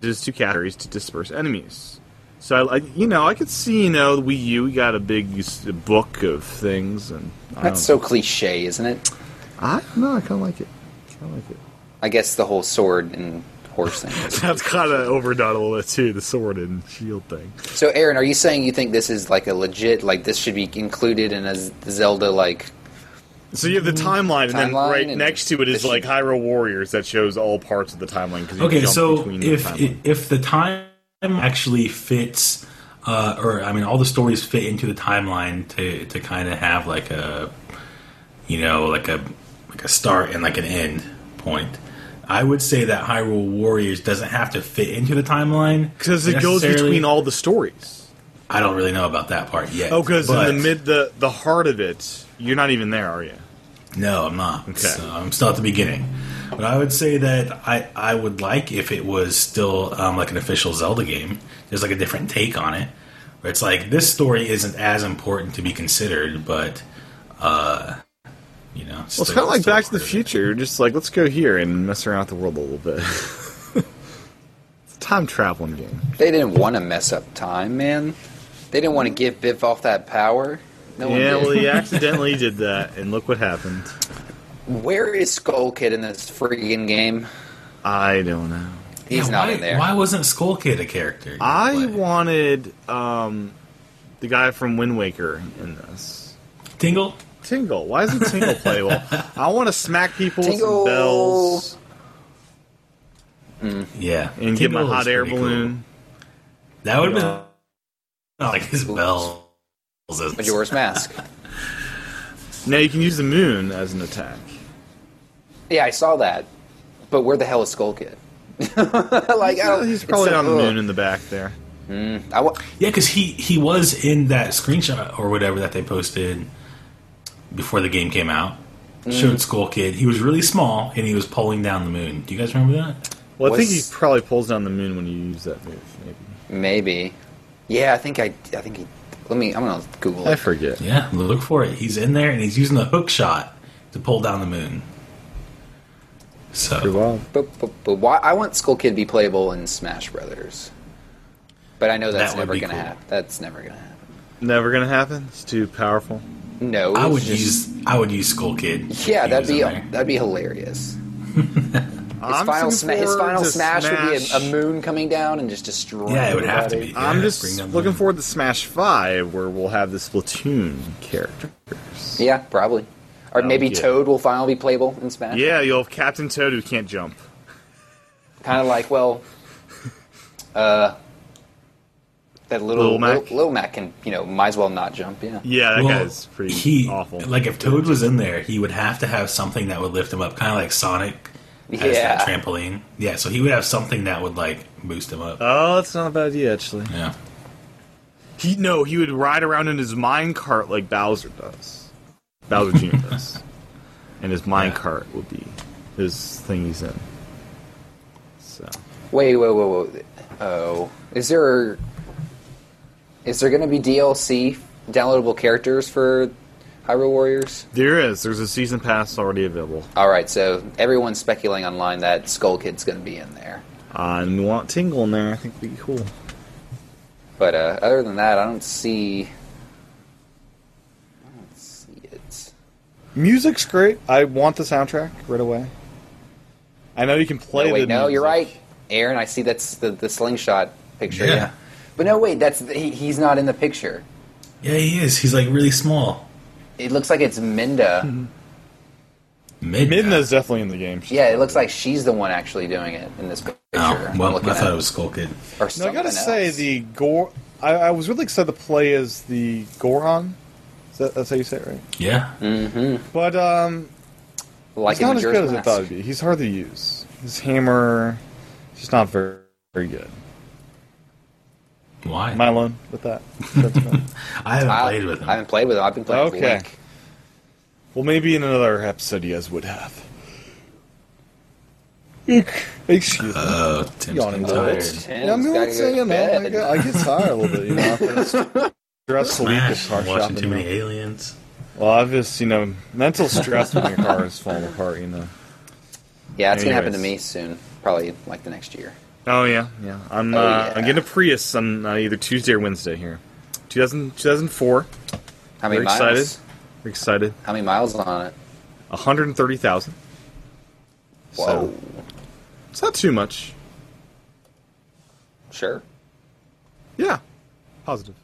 C: to cast to disperse enemies. So I, like- you know, I could see, you know, the Wii U got a big s- book of things, and I
D: That's
C: don't,
D: so cliche, isn't it?
C: I don't know, I kind of like it. Kind of like it.
D: I guess the whole sword and horse thing is.
C: That's kind of overdone a little bit too. The sword and shield thing.
D: So, Aaron, are you saying you think this is like a legit, like this should be included in a Z- Zelda like?
C: So you have the Mm-hmm. timeline, and then
D: Timeline
C: right
D: and
C: next to it is
D: the-
C: like Hyrule Warriors that shows all parts of the timeline. 'cause you
E: Okay,
C: jump
E: so
C: between
E: if
C: the timeline.
E: if the time actually fits, uh, or I mean, all the stories fit into the timeline to to kind of have like a, you know, like a like a start and like an end point. I would say that Hyrule Warriors doesn't have to fit into the timeline
C: because it goes
E: necessarily.
C: between all the stories.
E: I don't really know about that part yet.
C: Oh, because in
E: but-
C: the mid the the heart of it, you're not even there, are you?
E: No, I'm not.
C: Okay.
E: So I'm still at the beginning. But I would say that I, I would like if it was still um, like an official Zelda game. There's like a different take on it. Where it's like this story isn't as important to be considered, but uh, you know,
C: Well, it's kind of like Back to the Future. You're just like, let's go here and mess around with the world a little bit. it's a time traveling game.
D: They didn't want to mess up time, man. They didn't want to give Biff off that power. No one
C: Yeah,
D: did.
C: well, he accidentally did that, and look what happened.
D: Where is Skull Kid in this freaking game?
C: I don't know.
D: He's not
E: why,
D: in there.
E: Why wasn't Skull Kid a character?
C: I
E: Why?
C: wanted um, the guy from Wind Waker in this.
E: Tingle.
C: Tingle. Why isn't Tingle playable? I want to smack people
D: Tingle.
C: with some bells
E: Yeah,
C: and get my
E: Tingle
C: hot
E: is
C: air
E: pretty
C: balloon.
E: Cool. That would have been not like his bell.
D: Majora's Mask.
C: Now you can use the moon as an attack.
D: Yeah, I saw that. But where the hell is Skull Kid? like, I don't,
C: He's
D: it's
C: probably
D: so-
C: on the
D: ugh.
C: moon in the back there.
D: I wa-
E: Yeah, because he he was in that screenshot or whatever that they posted before the game came out.
D: Mm.
E: Showed Skull Kid. He was really small and he was pulling down the moon. Do you guys remember that?
C: Well, I think he
D: Was-
C: probably pulls down the moon when you use that move. Maybe
D: maybe. Yeah, I think I. I think he. Let me. I'm gonna Google
C: I
D: it.
C: forget.
E: Yeah, look for it. He's in there and he's using the hook shot to pull down the moon. So
C: Well,
D: But, but, but why? I want Skull Kid to be playable in Smash Brothers. But I know that's
E: That would
D: never
E: be
D: gonna
E: cool.
D: happen. That's never gonna happen.
C: never gonna happen. It's too powerful.
D: No,
E: I
D: it's
E: would
D: just-
E: use I would use Skull Kid. if
D: Yeah,
E: he
D: that'd
E: was in
D: be
E: there.
D: that'd be hilarious. His
C: I'm
D: final,
C: looking
D: sma- his
C: forward
D: final
C: to
D: smash, would be a, a
C: Smash-
D: moon coming down and just destroying.
E: yeah, it would have to
D: everybody.
E: be. Yeah,
C: I'm
E: bring
C: just
E: down the
C: looking
E: moon.
C: forward to Smash Five, where we'll have the Splatoon character.
D: Yeah, probably. Or
C: That'll
D: maybe
C: be good.
D: Toad will finally be playable in Smash.
C: Yeah, you'll have Captain Toad who can't jump.
D: Kind of like well, uh, that little
C: Lil
D: little
C: Mac?
D: Mac. Mac can you know might as well not jump. Yeah.
C: Yeah, that
E: Well,
C: guy's pretty
E: he,
C: awful.
E: Like if Toad was in there, he would have to have something that would lift him up, kind of like Sonic has
D: Yeah.
E: that trampoline. Yeah, so he would have something that would like boost him up.
C: oh, that's not a bad idea actually.
E: yeah,
C: He no, he would ride around in his minecart like Bowser does. Bowser Jr. does. And his minecart would be his thing he's in. So
D: Wait, wait, wait, wait. Oh, is there is there going to be DLC downloadable characters for Hyrule Warriors?
C: there is. There's a season pass already available.
D: All right, so everyone's speculating online that Skull Kid's going to be in there.
C: Uh, and we want Tingle in there. I think it'd be cool.
D: But uh, other than that, I don't see. I don't see it.
C: Music's great. I want the soundtrack right away. I know you can play
D: No, Oh, wait,
C: the.
D: no, you're right,
C: music.
D: Aaron. I see that's the, the slingshot picture.
E: Yeah.
D: But no, wait, that's he, he's not in the picture.
E: yeah, he is. He's like really small.
D: It looks like it's Minda.
E: Midna.
C: Midna's definitely in the game. She's
D: yeah, it looks like she's the one actually doing it in this picture.
E: Oh,
D: I'm
E: well,
D: looking
E: I
D: at.
E: thought it was Skull Kid.
D: or
C: No, I gotta
D: something
C: say
D: else.
C: the Gor. I, I was really excited to play as the Goron. Is that, that's how you say it, right?
E: Yeah,
C: Hmm. But um,
D: like
C: he's not as
D: Majora's
C: good as I
D: Mask.
C: thought it'd be. He's hard to use. His hammer, just not very, very good.
E: why?
C: Am I alone with that? That's fine.
E: I haven't
D: I,
E: played with him.
D: I haven't played with him. I've been playing with
C: Okay.
D: Link.
C: well, maybe in another episode you guys would have. Eek. Excuse me.
E: oh, Tim's
C: Yawning
E: getting
C: a little
E: tired.
C: bit.
D: Tim's
C: yeah, I'm
D: gotta
C: not
D: go
C: saying
D: to
C: that. I
D: bed.
C: get, I get tired a little bit, you know. after this Stressful week of
E: Smash.
C: car
E: I'm watching
C: shopping.
E: too many aliens.
C: Well, I've just, you know, mental stress when your car is falling apart, you know.
D: Yeah, it's gonna happen to
C: Anyways.
D: me soon. Probably like the next year.
C: Oh yeah, yeah. I'm
D: Oh,
C: uh,
D: yeah.
C: I'm getting a Prius on uh, either Tuesday or Wednesday here. 2000, 2004.
D: How many
C: Very
D: miles?
C: excited. We're excited.
D: How many miles on it?
C: 130,000.
D: Whoa.
C: So it's not too much.
D: Sure.
C: Yeah,
F: Positive.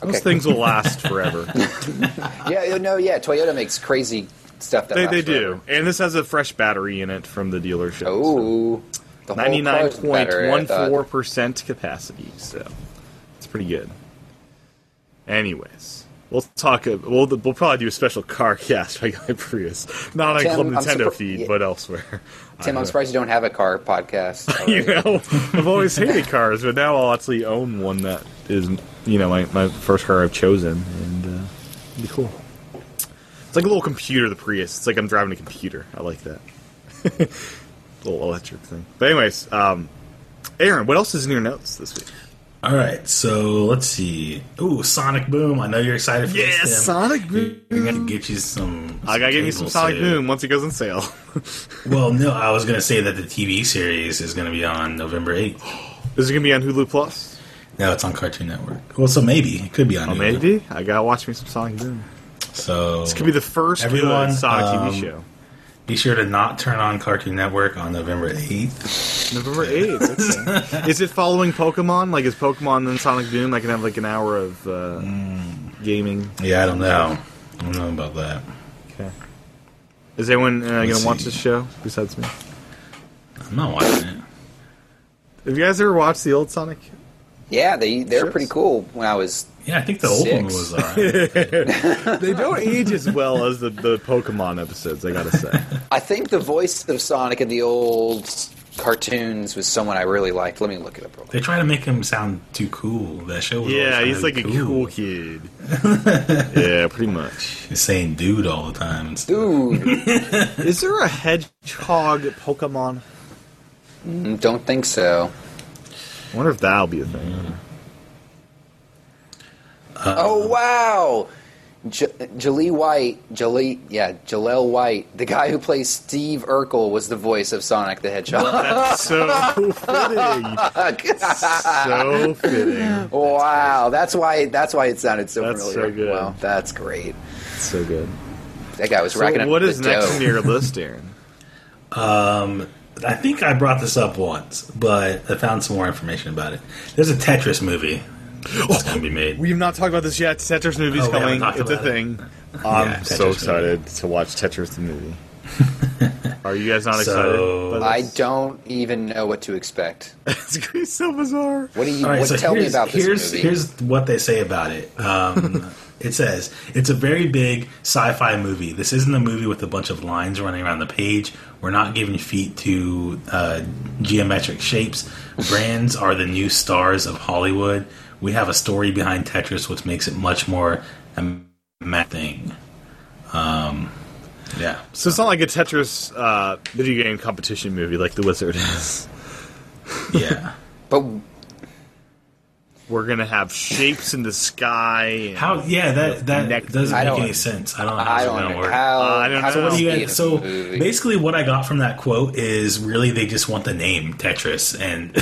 C: those
D: Okay.
C: things will last forever.
D: Yeah, no, yeah. Toyota makes crazy stuff. That
C: they
D: lasts
C: they
D: forever.
C: do, and this has a fresh battery in it from the dealership.
D: Oh, the whole
C: ninety nine
D: car's
C: point
D: better, uh, I
C: one
D: thought.
C: four percent capacity, so it's pretty good. Anyways, we'll talk. ab- We'll we'll probably do a special car cast by Guy Prius, not on
D: Tim,
C: Club
D: I'm
C: Nintendo
D: surpri-
C: feed,
D: yeah.
C: but elsewhere.
D: Tim,
C: I
D: I'm
C: know.
D: surprised you don't have a car podcast.
C: you know, I've always hated cars, but now I'll actually own one that is, you know, my, my first car I've chosen, and uh, it'd be cool. It's like a little computer, the Prius. It's like I'm driving a computer. I like that little electric thing. But anyways, um, Aaron, what else is in your notes this week?
E: All right, so let's see. Ooh, Sonic Boom! I know you're excited for
C: Yeah,
E: this. Tim.
F: Sonic
E: We're gonna get you some.
C: I gotta get you some
E: cable
C: Sonic
E: soon.
C: Boom once it goes on sale.
E: Well, no, I was gonna say that the TV series is gonna be on November eighth.
C: is it gonna be on Hulu Plus?
E: No, it's on Cartoon Network. Well, so maybe it could be on.
C: Oh,
E: Hulu.
C: maybe I gotta watch me some Sonic Boom.
E: So
C: This could be the first good
E: Everyone,
C: Sonic
E: um,
C: TV show.
E: Be sure to not turn on Cartoon Network on November eighth.
C: November 8th. okay. is it following Pokemon? Like, is Pokemon and Sonic Boom? I can have, like, an hour of uh, gaming.
E: Yeah, I don't know. I don't know about that.
C: Okay. Is anyone uh, going
E: Let's
C: to watch
E: see.
C: this show besides me?
E: I'm not watching it.
C: Have you guys ever watched the old Sonic?
D: yeah, they they're
C: Sure.
D: pretty cool. When I was
E: Yeah, I think the old one
D: Six.
E: was alright.
C: They don't age as well as the, the Pokemon episodes, I gotta say.
D: I think the voice of Sonic in the old cartoons was someone I really liked. Let me look it up real quick.
E: they try to make him sound too cool. That show. Was
C: yeah,
E: always
C: he's like
E: sounded
C: a cool kid. yeah, pretty much.
E: He's saying "dude" all the time. and stuff.
D: Dude,
C: Is there a hedgehog Pokemon?
D: don't think so.
C: I wonder if that'll be a thing.
D: oh wow, J- Jalee White, Jalee, yeah, Jaleel White, the guy who plays Steve Urkel was the voice of Sonic the Hedgehog.
C: That's so fitting. So fitting.
D: wow, that's why that's why it sounded so
C: That's
D: familiar.
C: so good.
D: Wow, that's great.
C: So good.
D: That guy was
C: So
D: racking up
C: what
D: the
C: is next
D: dough.
C: on your list, Aaron?
E: I think I brought this up once, but I found some more information about it. There's a Tetris movie that's going to be made.
C: We've not talked about this yet. Tetris movie's
E: Oh, we
C: coming.
E: haven't talked
C: It's a
E: about it.
C: thing. Um,
E: Yeah,
C: I'm
E: Tetris
C: so
E: movie.
C: excited to watch Tetris the movie. Are you guys not
E: So-
C: excited? by
D: I
C: this?
D: don't even know what to expect.
C: it's gonna be so bizarre.
D: What do you
E: All right,
D: what,
E: so
D: tell me
E: here's-
D: about this
E: here's,
D: movie?
E: Here's what they say about it. Um, it says it's a very big sci-fi movie. This isn't a movie with a bunch of lines running around the page. We're not giving feet to uh, geometric shapes. Brands are the new stars of Hollywood. We have a story behind Tetris, which makes it much more a ma- thing. Um, yeah.
C: So it's not like a Tetris uh, video game competition movie like The Wizard is.
E: Yeah.
D: But
C: We're gonna have shapes in the sky. and-
E: How? Yeah, that that
C: Neck-
E: doesn't
D: I
E: make
D: don't-
E: any sense. I don't know how
D: I
E: it's
D: don't
E: going to
D: know
E: work.
D: how.
C: I don't
D: how
C: know. What
D: does it
C: do you
D: be
E: Yeah,
D: in
E: so
D: a movie?
E: basically, what I got from that quote is really they just want the name Tetris, and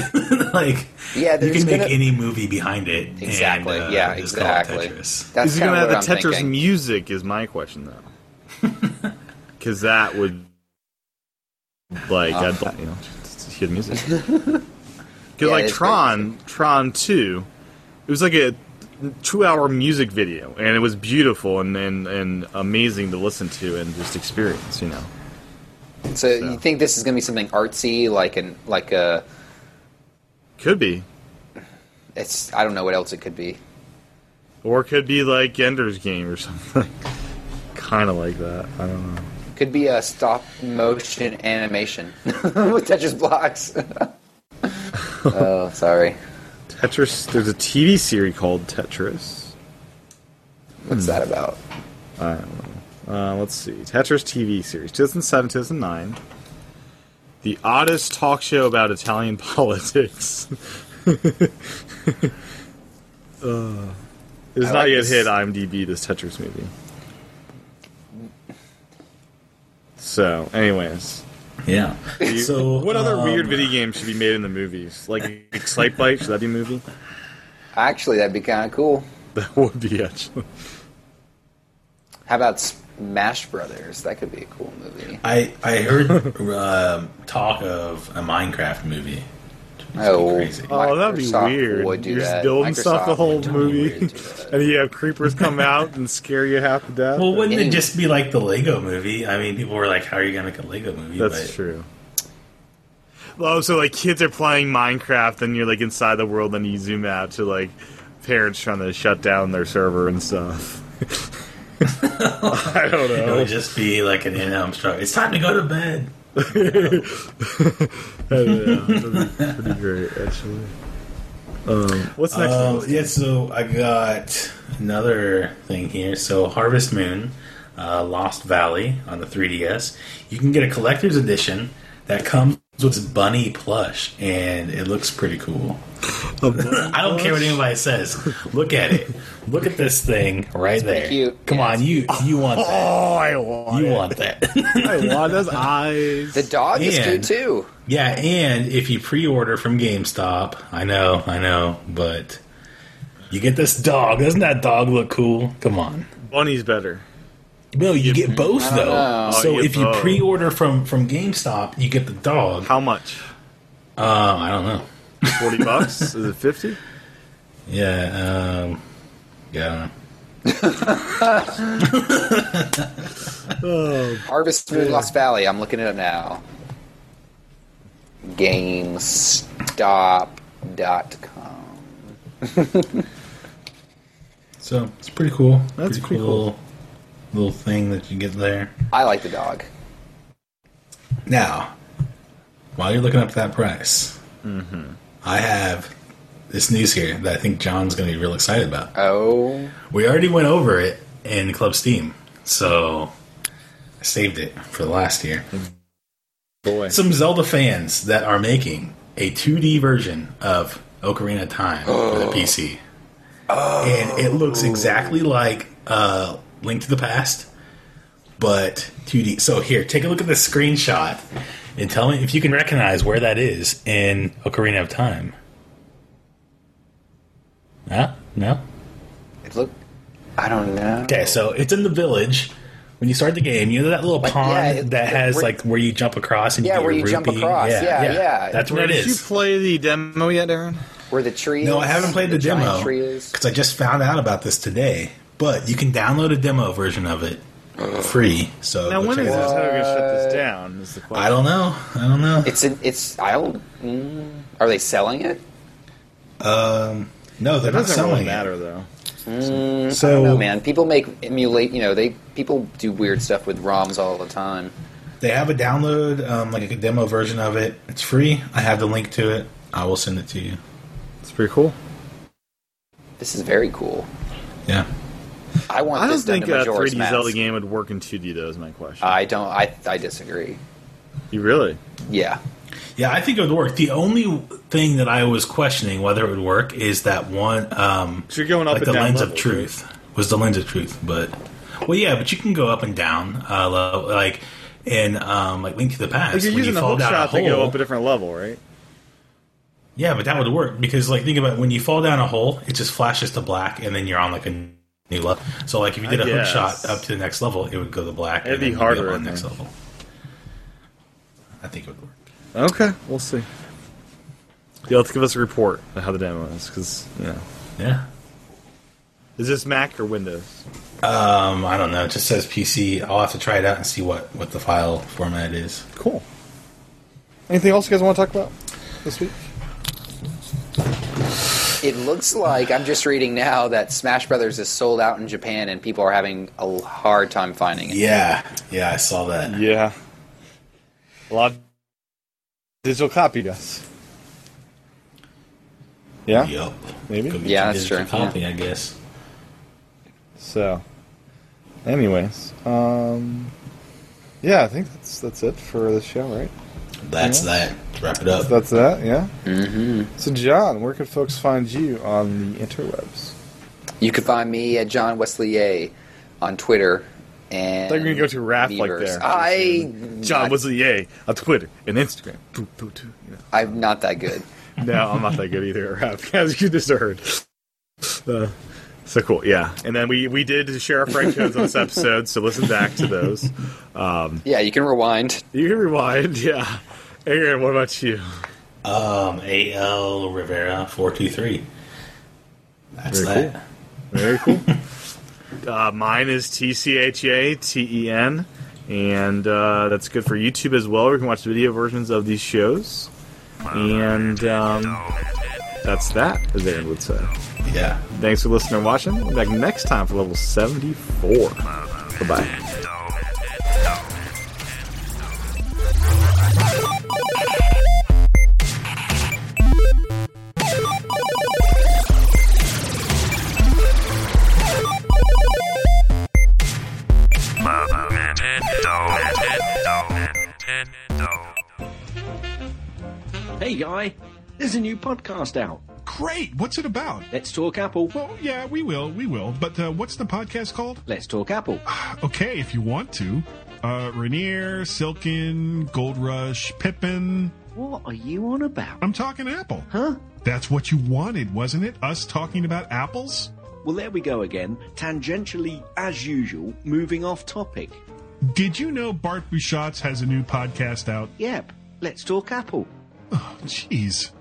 E: like
D: Yeah,
E: you
D: there's
E: can make
D: gonna-
E: any movie behind it. and,
D: Exactly.
E: uh,
D: yeah,
E: just call it
D: exactly.
E: Tetris.
D: That's
C: Is it gonna
D: kinda
C: have the
D: what I'm
C: Tetris
D: thinking.
C: music? Is my question though, because that would like
D: Uh,
C: I'd like, you know just hear the music. Because
D: Yeah,
C: like
D: it's great
C: Tron, Tron Two, it was like a two-hour music video, and it was beautiful and, and and amazing to listen to and just experience. You know,
D: So,
C: so.
D: you think this is going to be something artsy, like an like a?
C: could be
D: It's I don't know what else it could be.
C: or it could be like Ender's Game or something, kind of like that. I don't know.
D: Could be a stop motion animation with Tetris blocks. oh, sorry.
C: Tetris. There's a TV series called Tetris.
D: What's
E: Hmm.
D: that about?
C: Uh, let's see. Tetris TV series, 2007 2009. The oddest talk show about Italian politics. Uh, it's
D: I
C: not
D: like
C: yet
D: this.
C: hit IMDb, this Tetris movie. So, anyways.
E: Yeah.
C: You-
E: so
C: what other
E: um,
C: weird video games should be made in the movies? Like Excitebike? Should that be a movie?
D: Actually, that'd be kind of cool.
C: That would be actually.
D: How about Smash Brothers? That could be a cool movie.
E: I I heard um talk of a Minecraft movie
D: Oh,
E: crazy.
C: Oh, that'd be
D: Microsoft
C: weird.
D: would do
C: You're just
D: that.
C: building stuff the
D: Microsoft
C: whole
D: would
C: movie,
D: totally do that.
C: and you have creepers come out and scare you half to death.
E: Well, wouldn't it
D: It-
E: just be like the Lego movie? I mean, people were like, "How are you gonna make a Lego movie?"
C: That's
E: but
C: true. Oh, so like kids are playing Minecraft, and you're like inside the world, and you zoom out to like parents trying to shut down their server and stuff. I don't
E: It
C: know.
E: would just be like an in-home struggle. It's time to go to bed.
C: That'd be great, actually. Um, what's next?
E: Uh, yeah, so I got another thing here. So Harvest Moon, uh, Lost Valley on the 3DS. You can get a collector's edition that comes with bunny plush, and it looks pretty cool. I don't care what anybody says. Look at it. Look at this thing right there.
D: cute.
E: Come
D: Yeah,
E: on, you you want that?
C: oh, I want.
E: You
C: it.
E: want that?
C: I want those eyes.
D: The dog is
E: And-
D: cute too.
E: yeah, and if you pre-order from GameStop, I know, I know, but. You get this dog. Doesn't that dog look cool? Come on.
C: Bunny's better.
E: No, you get
C: Mm-hmm.
E: both though.
D: know.
E: So
C: Oh, You get
E: if you
C: both.
E: pre-order from from GameStop, you get the dog.
C: How much?
E: Um, I don't know.
C: Forty bucks? Is it fifty?
E: Yeah. Um, yeah. I don't know.
D: Harvest Moon Lost Valley. I'm looking it up now. GameStop.com.
E: So it's pretty cool.
C: That's pretty
E: Little, little thing that you get there.
D: I like the dog.
E: Now, while you're looking up that price,
C: Mm-hmm.
E: I have this news here that I think John's going to be real excited about.
D: Oh,
E: We already went over it in Club Steam, so I saved it for the last year.
C: Boy.
E: some Zelda fans that are making a 2D version of Ocarina of Time for the PC. And it looks exactly like uh, Link to the Past, but 2D. So here, take a look at this screenshot and tell me if you can recognize where that is in Ocarina of Time. Huh? No?
D: it look. I don't know.
E: Okay, so it's in the village. When you start the game, you know that little
D: Oh.
E: pond
D: yeah, it-
E: that has
D: where-
E: like where you jump across and
D: Yeah,
E: you get
D: where
E: your
D: you jump
E: rupee?
D: across. Yeah, yeah.
E: That's where it
C: Did you
E: is.
C: play the demo yet, Aaron?
D: Where the tree?
E: no,
D: is,
E: I haven't played the,
D: giant
E: demo
D: Tree is.
E: because I just found out about this today. But you can download a demo version of it free. So
C: Now,
E: go
C: when
E: check
C: is
E: it
C: this? How are
E: out.
C: we going to shut this down? Is the question.
E: I don't know. I don't know.
D: It's an. It's. I don't. Mm, are they selling it?
E: no, they're
C: It
E: not
C: doesn't
E: selling
C: really
E: it.
C: matter, though.
E: So
D: I don't know, man. People make emulate. You know, they people do weird stuff with ROMs all the time.
E: they have a download, um, like a demo version of it. It's free. I have the link to it. I will send it to you.
C: It's pretty cool.
D: This is very cool.
E: Yeah.
D: I want
C: I don't
D: this done
C: think
D: to
C: a
E: uh,
D: Majora's
C: 3D
D: Mask. Uh,
C: Zelda game would work in 2D, though, is my question.
D: I don't. I I disagree.
C: you really?
D: Yeah.
E: Yeah, I think it would work. The only thing that I was questioning whether it would work is that one, um,
C: So you're going up
E: like
C: and
E: the
C: down
E: lens of
C: levels,
E: truth was the lens of truth, but well, yeah, but you can go up and down, uh, lo- like in um, like Link to the Past
C: Like you're
E: when
C: using
E: you
C: the
E: fall
C: hook
E: down a
C: shot
E: hole.
C: to go up a different level, right?
E: yeah, but that would work because like think about it, when you fall down a hole, it just flashes to black, and then you're on like a new level. So like if you did a hook
C: guess.
E: shot up to the next level, it would go to black.
C: It'd
E: and
C: be
E: then you'd
C: harder
E: up on
C: in
E: the next
C: there.
E: level. I think it would work.
C: Okay, we'll see. You'll have to give us a report on how the demo is, because, you know.
E: Yeah.
C: Is this Mac or Windows?
E: Um, I don't know. It just says PC. I'll have to try it out and see what, what the file format is.
F: Cool. Anything else you guys want to talk about this week?
D: It looks like I'm just reading now that Smash Brothers is sold out in Japan and people are having a hard time finding it.
E: Yeah, yeah, I saw that.
C: Yeah. A lot digital copied us. Yeah?
E: Yup.
C: Maybe.
E: Could be
D: Yeah,
E: some
D: that's
E: digital
D: true.
E: Copy, I guess.
C: So, anyways, um, yeah, I think that's that's it for the show, right?
E: That's that. Let's wrap it up.
C: That's that, yeah. Mm-hmm. So, John, where can folks find you on the interwebs?
D: You can find me at John Wesley A on Twitter. And
C: They're gonna go to Raph like
D: Miiverse.
C: there.
D: I
C: John
D: not-
C: was the A on Twitter and Instagram. Doo, doo, doo, you know.
D: I'm not that good.
C: No, I'm not that good either, Raph, as you just heard. Uh, so cool, yeah. And then we we did share our friend codes on this episode, so listen back to those.
D: Yeah, you can rewind.
C: You can rewind, yeah. Aaron, what about you?
E: Um, AL Rivera 423. That's
C: Very
E: that.
C: cool. Very cool. uh, mine is T C H A T E N, and uh, that's good for YouTube as well. You can watch video versions of these shows, and um, that's that, as Aaron would say.
E: Yeah.
C: Thanks for listening and watching. We'll be back next time for level seventy-four. Bye bye.
B: Mother Nintendo, Nintendo, Nintendo.
G: Hey, guy, there's a new podcast out.
H: Great. What's it about?
G: Let's Talk Apple.
H: Well, yeah, we will, we will. But uh, what's the podcast called?
G: Let's Talk Apple.
H: Okay, if you want to. Uh, Rainier, Silken, Gold Rush, Pippin.
G: What are you on about?
H: I'm talking Apple.
G: Huh?
H: That's what you wanted, wasn't it? Us talking about apples?
G: Well, there we go again. Tangentially, as usual, moving off topic.
H: Did you know Bart Bouchatz has a new podcast out? Oh,
G: Yep, Let's Talk Apple.
H: Jeez.